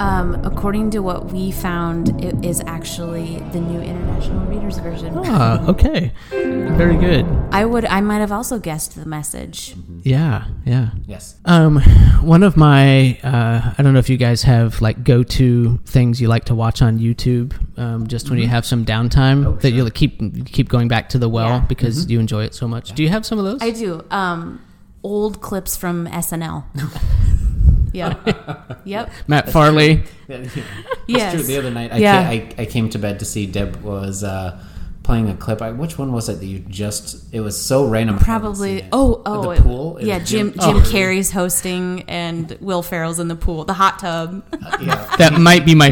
[SPEAKER 2] Um, according to what we found, it is actually the new International Reader's Version.
[SPEAKER 1] Oh.
[SPEAKER 3] Ah, okay. Very good.
[SPEAKER 2] I would, I might have also guessed the message.
[SPEAKER 3] Yeah. Yeah.
[SPEAKER 1] yes.
[SPEAKER 3] Um, one of my, uh, I don't know if you guys have like go to things you like to watch on YouTube, um, just when you have some downtime that you'll keep keep going back to the well
[SPEAKER 2] Yeah.
[SPEAKER 3] because you enjoy it so much. Do you have some of those?
[SPEAKER 2] I do. Um, old clips from SNL. yep. Yep.
[SPEAKER 3] Matt Farley.
[SPEAKER 1] That's
[SPEAKER 2] Yes.
[SPEAKER 1] true. The other night, I,
[SPEAKER 2] Yeah.
[SPEAKER 1] ca- I, I came to bed to see Deb was uh, playing a clip. I, which one was it that you just? It was so random. I haven't seen
[SPEAKER 2] Probably.
[SPEAKER 1] it.
[SPEAKER 2] Oh, oh,
[SPEAKER 1] the
[SPEAKER 2] it-
[SPEAKER 1] pool. It
[SPEAKER 2] yeah,
[SPEAKER 1] was
[SPEAKER 2] Jim Jim
[SPEAKER 1] oh.
[SPEAKER 2] Carrey's hosting, and Will Ferrell's in the pool, the hot tub.
[SPEAKER 1] Yeah,
[SPEAKER 3] That might be my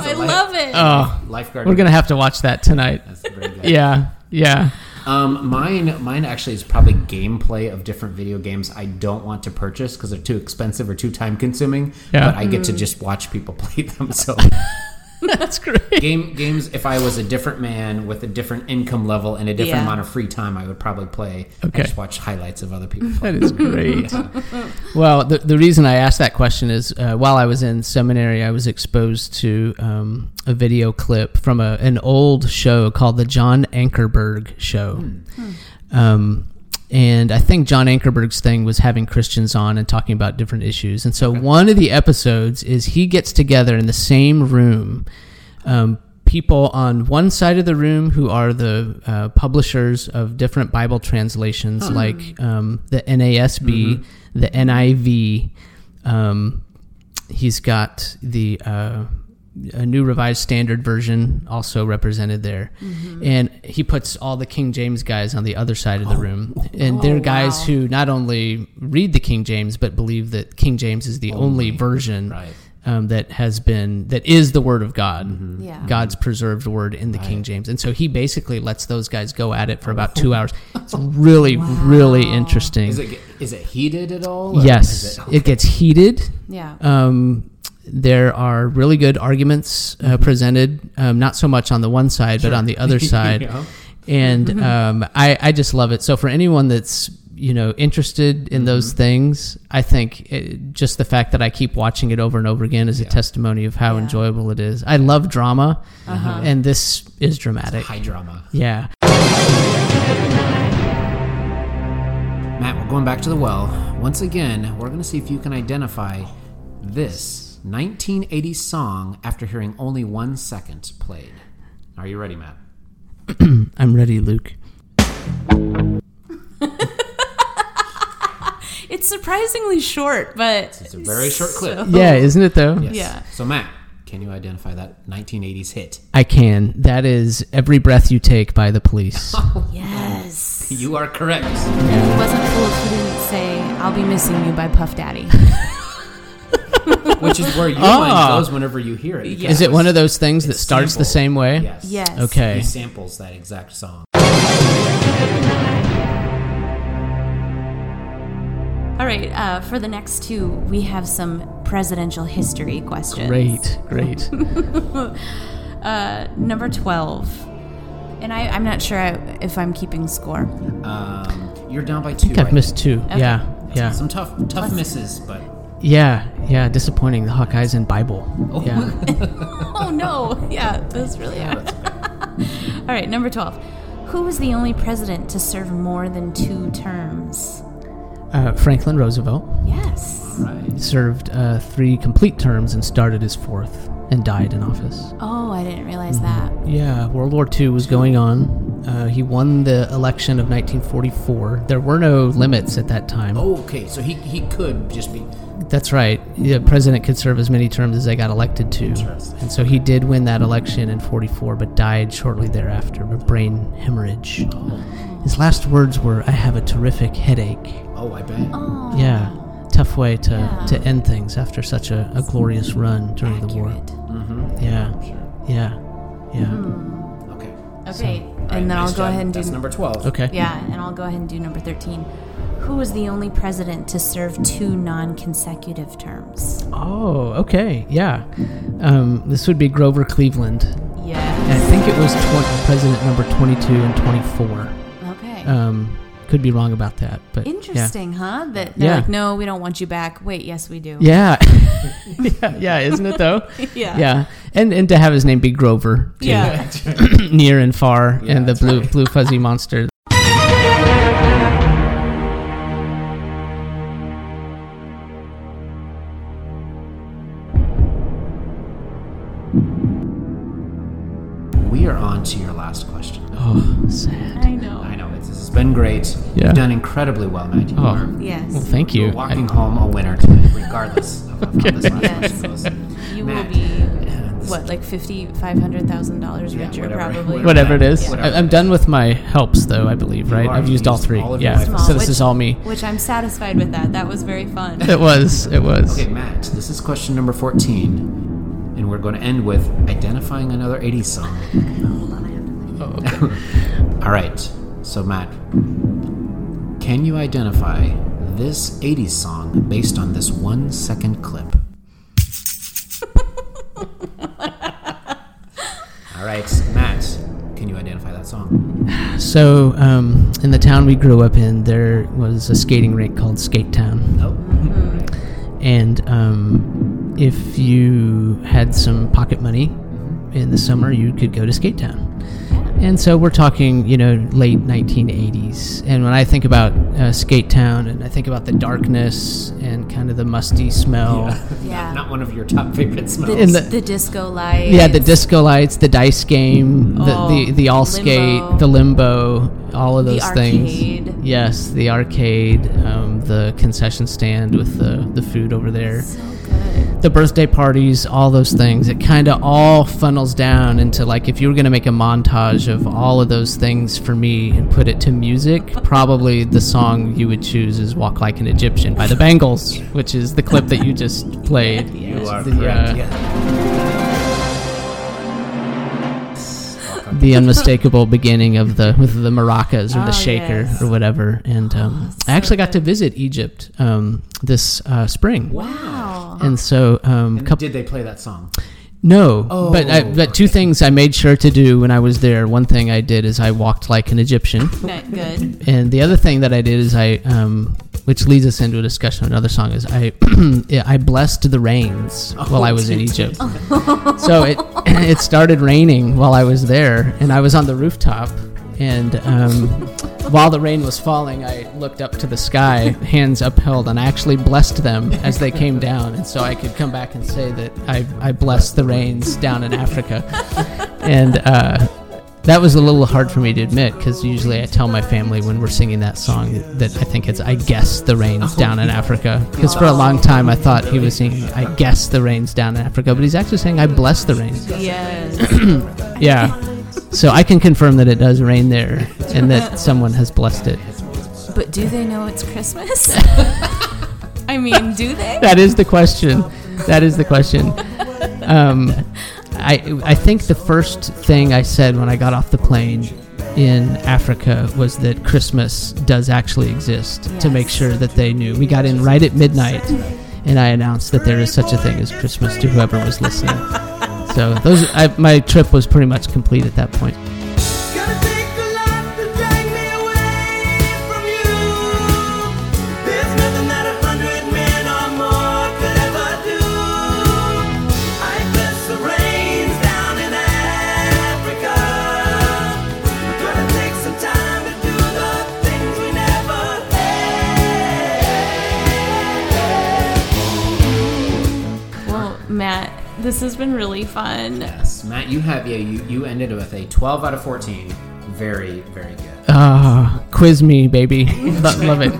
[SPEAKER 2] I love it.
[SPEAKER 3] Oh,
[SPEAKER 1] lifeguard.
[SPEAKER 3] we're gonna have to watch that tonight.
[SPEAKER 1] That's very good.
[SPEAKER 3] Yeah, yeah.
[SPEAKER 1] Um, mine, mine actually is probably gameplay of different video games I don't want to purchase because they're too expensive or too time consuming.
[SPEAKER 3] Yeah.
[SPEAKER 1] But I get to just watch people play them. So
[SPEAKER 3] That's great.
[SPEAKER 1] game games, if I was a different man with a different income level and a different
[SPEAKER 2] Yeah.
[SPEAKER 1] amount of free time, I would probably play.
[SPEAKER 3] Okay.
[SPEAKER 1] I just watch highlights of other people.
[SPEAKER 3] That
[SPEAKER 1] Play.
[SPEAKER 3] is great. well, the, the reason I asked that question is uh, while I was in seminary, I was exposed to um, a video clip from a, an old show called The John Ankerberg Show. Hmm. Um, and I think John Ankerberg's thing was having Christians on and talking about different issues. And so one of the episodes is he gets together in the same room um, people on one side of the room who are the uh, publishers of different Bible translations, like um, the NASB, the NIV. Um, he's got the uh, a new Revised Standard Version also represented there, and he puts all the King James guys on the other side of the room, and they're guys who not only read the King James but believe that King James is the only, version
[SPEAKER 1] right.
[SPEAKER 3] um, that has been that is the word of God,
[SPEAKER 1] Mm-hmm.
[SPEAKER 2] Yeah.
[SPEAKER 3] God's preserved word in the King James, and so he basically lets those guys go at it for about two hours. It's really, really interesting.
[SPEAKER 1] Is it is it heated at all? or
[SPEAKER 3] yes,
[SPEAKER 1] is
[SPEAKER 3] it gets heated.
[SPEAKER 2] Yeah.
[SPEAKER 1] Uh.
[SPEAKER 3] Um, there are really good arguments
[SPEAKER 2] Mm-hmm.
[SPEAKER 3] uh, presented, um, not so much on the one side, but on the other side.
[SPEAKER 1] Yeah.
[SPEAKER 2] Mm-hmm.
[SPEAKER 3] And um, I, I just love it. So for anyone that's you know interested
[SPEAKER 2] Mm-hmm.
[SPEAKER 3] in those things, I think it, just the fact that I keep watching it over and over again is a testimony of
[SPEAKER 2] Yeah.
[SPEAKER 3] how
[SPEAKER 2] Uh-huh.
[SPEAKER 3] enjoyable it is. I love drama, and this is dramatic.
[SPEAKER 1] high drama.
[SPEAKER 3] Yeah.
[SPEAKER 1] Matt, we're going back to the well. Once again, we're going to see if you can identify this 1980 song after hearing only one second played. Are you ready, Matt?
[SPEAKER 3] I'm ready, Luke.
[SPEAKER 2] It's surprisingly short, but
[SPEAKER 1] It's a very short clip.
[SPEAKER 3] Yeah, isn't it though?
[SPEAKER 2] Oh. yeah.
[SPEAKER 1] So, Matt, can you identify that 1980s hit?
[SPEAKER 3] I can. That is Every Breath You Take by the Police.
[SPEAKER 2] Yes.
[SPEAKER 1] You are correct.
[SPEAKER 2] He wasn't fooled if he didn't say, I'll be missing you by Puff Daddy.
[SPEAKER 1] Which is where your
[SPEAKER 3] Ah.
[SPEAKER 1] mind goes whenever you hear it.
[SPEAKER 3] Is it one of those things that
[SPEAKER 1] It's
[SPEAKER 3] starts the
[SPEAKER 1] sampled.
[SPEAKER 3] same way?
[SPEAKER 1] Yes.
[SPEAKER 2] Yes.
[SPEAKER 1] He
[SPEAKER 3] Okay.
[SPEAKER 1] samples that exact song.
[SPEAKER 2] All right. Uh, for the next two, we have some presidential history questions.
[SPEAKER 3] Great, great.
[SPEAKER 2] Number 12. And I, I'm not sure I, if I'm keeping score.
[SPEAKER 1] Um, you're down by two.
[SPEAKER 3] I've
[SPEAKER 1] right?
[SPEAKER 3] missed two. Yeah, yeah,
[SPEAKER 1] Some tough, tough misses, but
[SPEAKER 3] yeah, yeah. Disappointing. The Hawkeyes and Bible. Yeah.
[SPEAKER 2] Oh, no. Yeah, those really are. All right. Number 12. Who was the only president to serve more than two terms?
[SPEAKER 3] Uh, Franklin Roosevelt
[SPEAKER 2] Yes.
[SPEAKER 1] right.
[SPEAKER 3] served uh, three complete terms and started his fourth and died in office.
[SPEAKER 2] Oh, I didn't realize that.
[SPEAKER 3] Yeah, World War II was going on. Uh, he won the election of 1944. There were no limits at that time.
[SPEAKER 1] Oh, okay. So he, he could just be.
[SPEAKER 3] That's right. The president could serve as many terms as they got elected to. And so he did win that election in 44, but died shortly thereafter of a brain hemorrhage. His last words were, I have a terrific headache.
[SPEAKER 1] Oh, I bet.
[SPEAKER 3] Yeah. Tough way to, to end things after such a, a glorious run during
[SPEAKER 2] Accurate. Mm-hmm.
[SPEAKER 3] the war. Yeah. Yeah. Yeah.
[SPEAKER 1] Okay. All
[SPEAKER 2] Okay.
[SPEAKER 1] right,
[SPEAKER 2] and then
[SPEAKER 1] nice
[SPEAKER 2] I'll go
[SPEAKER 1] job.
[SPEAKER 2] ahead and do
[SPEAKER 1] That's number 12.
[SPEAKER 3] Okay.
[SPEAKER 2] Yeah, and I'll go ahead and do number 13. Who was the only president to serve two non consecutive terms?
[SPEAKER 3] Oh, okay. Yeah. Um, this would be Grover Cleveland. I
[SPEAKER 2] Yes.
[SPEAKER 3] think it was tw- president number 22 and 24.
[SPEAKER 2] Okay.
[SPEAKER 3] Um, could be wrong about that, but yeah.
[SPEAKER 2] Interesting, huh? That they're
[SPEAKER 3] Yeah.
[SPEAKER 2] like, no, we don't want you back. Wait, yes, we do.
[SPEAKER 3] Yeah. yeah, yeah, isn't it though?
[SPEAKER 2] Yeah.
[SPEAKER 3] Yeah. And and to have his name be Grover, too.
[SPEAKER 2] Yeah.
[SPEAKER 3] near and far, and the blue blue fuzzy monster.
[SPEAKER 1] We are on to your last question.
[SPEAKER 3] Oh, sad.
[SPEAKER 2] I know.
[SPEAKER 1] I know it's, this has been great.
[SPEAKER 3] Yeah.
[SPEAKER 1] You've done incredibly well, Matt. You
[SPEAKER 3] Oh.
[SPEAKER 1] are
[SPEAKER 3] Well,
[SPEAKER 2] Yes.
[SPEAKER 3] thank you.
[SPEAKER 1] walking home a winner today, regardless of how this last
[SPEAKER 2] Yes.
[SPEAKER 1] question goes.
[SPEAKER 2] You will
[SPEAKER 1] Matt.
[SPEAKER 2] be.
[SPEAKER 1] Yeah, is.
[SPEAKER 2] what like fifty five hundred thousand dollars
[SPEAKER 1] Yeah,
[SPEAKER 2] richer
[SPEAKER 1] whatever.
[SPEAKER 2] probably.
[SPEAKER 3] Whatever it is.
[SPEAKER 1] Whatever.
[SPEAKER 3] I, I'm done with my helps, though, I believe, right?
[SPEAKER 1] are.
[SPEAKER 3] I've
[SPEAKER 1] You
[SPEAKER 3] used all
[SPEAKER 1] used
[SPEAKER 3] three.
[SPEAKER 1] all of your
[SPEAKER 3] yeah.
[SPEAKER 1] items.
[SPEAKER 3] So this is all me.
[SPEAKER 2] Which I'm satisfied with that. That was very fun.
[SPEAKER 3] It was. It was.
[SPEAKER 1] Okay, Matt, this is question number 14. And we're going to end with identifying another 80s song. All right. So, Matt, can you identify this 80s song based on this one second clip? All right, Matt, can you identify that song?
[SPEAKER 3] So, um, in the town we grew up in, there was a skating rink called Skate Town.
[SPEAKER 1] Oh,
[SPEAKER 3] And um, if you had some pocket money in the summer, you could go to Skate Town. And so we're talking, you know, late 1980s. And when I think about uh, Skate Town and I think about the darkness and kind of the musty smell.
[SPEAKER 2] Yeah.
[SPEAKER 1] not one of your top favorite smells.
[SPEAKER 2] the,
[SPEAKER 3] In the-
[SPEAKER 2] the disco lights.
[SPEAKER 3] Yeah, the disco lights, the dice game,
[SPEAKER 2] Oh,
[SPEAKER 3] the, the, the all
[SPEAKER 2] limbo.
[SPEAKER 3] skate, the limbo, all of
[SPEAKER 2] The
[SPEAKER 3] those things.
[SPEAKER 2] arcade.
[SPEAKER 3] Yes, the arcade, um, the concession stand with the, the food over there,
[SPEAKER 2] So good.
[SPEAKER 3] the birthday parties, all those things. It kind of all funnels down into like if you were going to make a montage of all of those things for me and put it to music, probably the song you would choose is Walk Like an Egyptian by the Bangles, which is the clip that you just played.
[SPEAKER 1] You are
[SPEAKER 3] The,
[SPEAKER 1] correct.
[SPEAKER 3] uh,
[SPEAKER 1] yeah.
[SPEAKER 3] the unmistakable beginning of the with the maracas or
[SPEAKER 2] Oh,
[SPEAKER 1] Ah,
[SPEAKER 3] the shaker
[SPEAKER 2] yes.
[SPEAKER 3] or whatever. And
[SPEAKER 1] Oh,
[SPEAKER 3] um, I actually got to visit Egypt um, this uh, spring.
[SPEAKER 2] Oh,
[SPEAKER 1] Wow.
[SPEAKER 3] And so, um,
[SPEAKER 1] And
[SPEAKER 3] coup-
[SPEAKER 1] did they play that song?
[SPEAKER 3] no, but I,
[SPEAKER 1] Oh,
[SPEAKER 3] but two things I made sure to do when I was there. One thing I did is I walked like an Egyptian,
[SPEAKER 2] Not good.
[SPEAKER 3] and the other thing that I did is I, um, which leads us into a discussion on another song, is I yeah, I blessed the rains while I was in Egypt. so it it started raining while I was there, and I was on the rooftop, and um, while the rain was falling, I looked up to the sky, hands upheld, and I actually blessed them as they came down, and so I could come back and say that I I blessed the rains down in Africa, and. Uh, that was a little hard for me to admit because usually I tell my family when we're singing that song that I think it's I guess the rains down in Africa because for a long time I thought he was singing I guess the rains down in Africa but he's actually saying I bless the rains
[SPEAKER 2] Yes.
[SPEAKER 3] yeah so I can confirm that it does rain there and that someone has blessed it
[SPEAKER 2] but do they know it's Christmas? I mean, do they?
[SPEAKER 3] that is the question that is the question um, I I think the first thing I said when I got off the plane in Africa was that Christmas does actually exist to make
[SPEAKER 2] Yes.
[SPEAKER 3] sure that they knew. We got in right at midnight, and I announced that there is such a thing as Christmas to whoever was listening. So those I, my trip was pretty much complete at that point.
[SPEAKER 4] Gonna take a lot to drag me away from you. There's nothing that a hundred men or more could ever do. I bless the rains down in Africa. Gonna take some time to do the things we never had.
[SPEAKER 2] Well, Matt, this has been really fun.
[SPEAKER 1] Yes, Matt, you have yeah, you you ended with a 12 out of 14. Very, very good.
[SPEAKER 3] Ah, quiz me, baby, Lo- love it.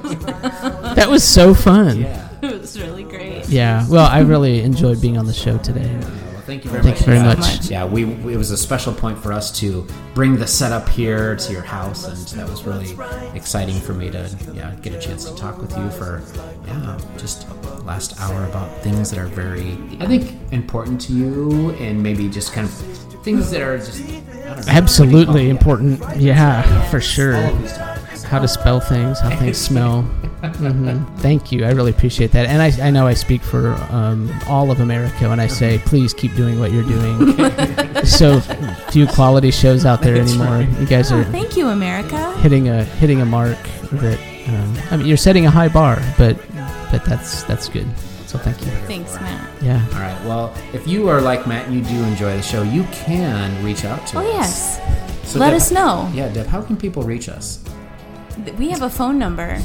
[SPEAKER 3] That was so fun. Yeah.
[SPEAKER 1] Yeah.
[SPEAKER 2] It was really great.
[SPEAKER 3] Well, I really enjoyed being on the show today.
[SPEAKER 1] Well, thank you very
[SPEAKER 3] Thank
[SPEAKER 1] much.
[SPEAKER 3] you very
[SPEAKER 1] for
[SPEAKER 3] much.
[SPEAKER 1] that. Yeah, we, we- it was a special point for us to bring the setup here to your house, and that was really exciting for me to yeah get a chance to talk with you for yeah just last hour about things that are very I think important to you, and maybe just kind of things that are just I don't know,
[SPEAKER 3] Absolutely
[SPEAKER 1] Yeah.
[SPEAKER 3] important. Yeah, for sure.
[SPEAKER 1] All of these topics.
[SPEAKER 3] How to spell things, how things smell. hmm Thank you. I really appreciate that. And I, I know I speak for um, all of America when I say, please keep doing what you're doing. so few quality shows out there anymore. You guys
[SPEAKER 2] Oh,
[SPEAKER 3] are
[SPEAKER 2] thank you, America.
[SPEAKER 3] hitting a hitting a mark that um, I mean you're setting a high bar, but but that's that's good. So thank you.
[SPEAKER 2] Thanks, Matt.
[SPEAKER 3] Yeah.
[SPEAKER 1] All right. Well, if you are like Matt and you do enjoy the show, you can reach out to us.
[SPEAKER 2] Oh, yes.
[SPEAKER 1] So
[SPEAKER 2] Let
[SPEAKER 1] Deb-
[SPEAKER 2] us know.
[SPEAKER 1] Yeah, Deb, how can people reach us?
[SPEAKER 2] Th- We have a phone number.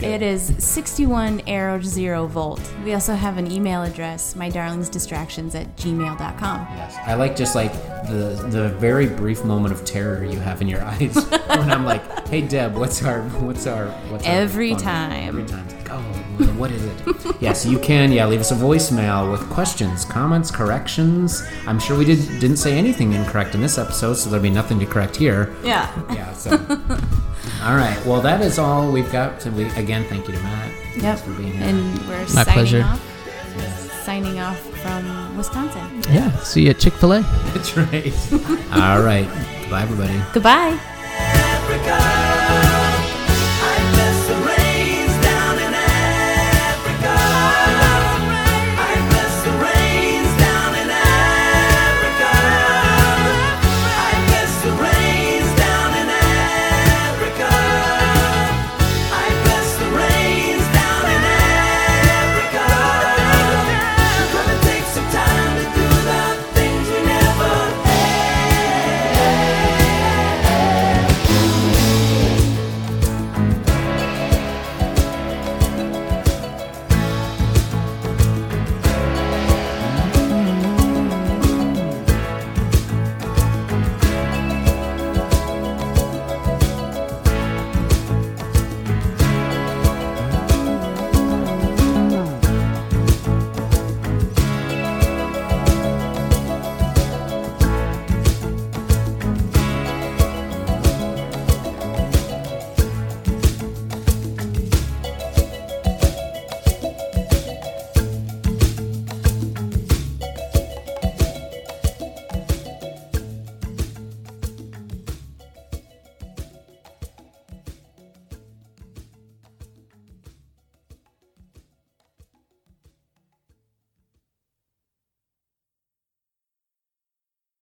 [SPEAKER 2] It is 61 arrow zero volt. We also have an email address, mydarlingsdistractions at gmail.com.
[SPEAKER 1] Yes. I like just like the the very brief moment of terror you have in your eyes when I'm like, "Hey Deb, what's our what's our what's our
[SPEAKER 2] Every
[SPEAKER 1] phone?"
[SPEAKER 2] time.
[SPEAKER 1] Every time. oh, well, what is it? yes, you can. Yeah, leave us a voicemail with questions, comments, corrections. I'm sure we did didn't say anything incorrect in this episode, so there'll be nothing to correct here.
[SPEAKER 2] Yeah.
[SPEAKER 1] Yeah. So. all right. Well, that is all we've got. So we again, thank you to Matt.
[SPEAKER 2] Yep.
[SPEAKER 1] Thanks for being here.
[SPEAKER 2] And we're
[SPEAKER 3] My
[SPEAKER 2] signing
[SPEAKER 3] pleasure.
[SPEAKER 2] off. Signing off from Wisconsin.
[SPEAKER 3] Yeah. See you at Chick fil A.
[SPEAKER 1] That's right. all right. Goodbye, everybody.
[SPEAKER 2] Goodbye.
[SPEAKER 4] Africa.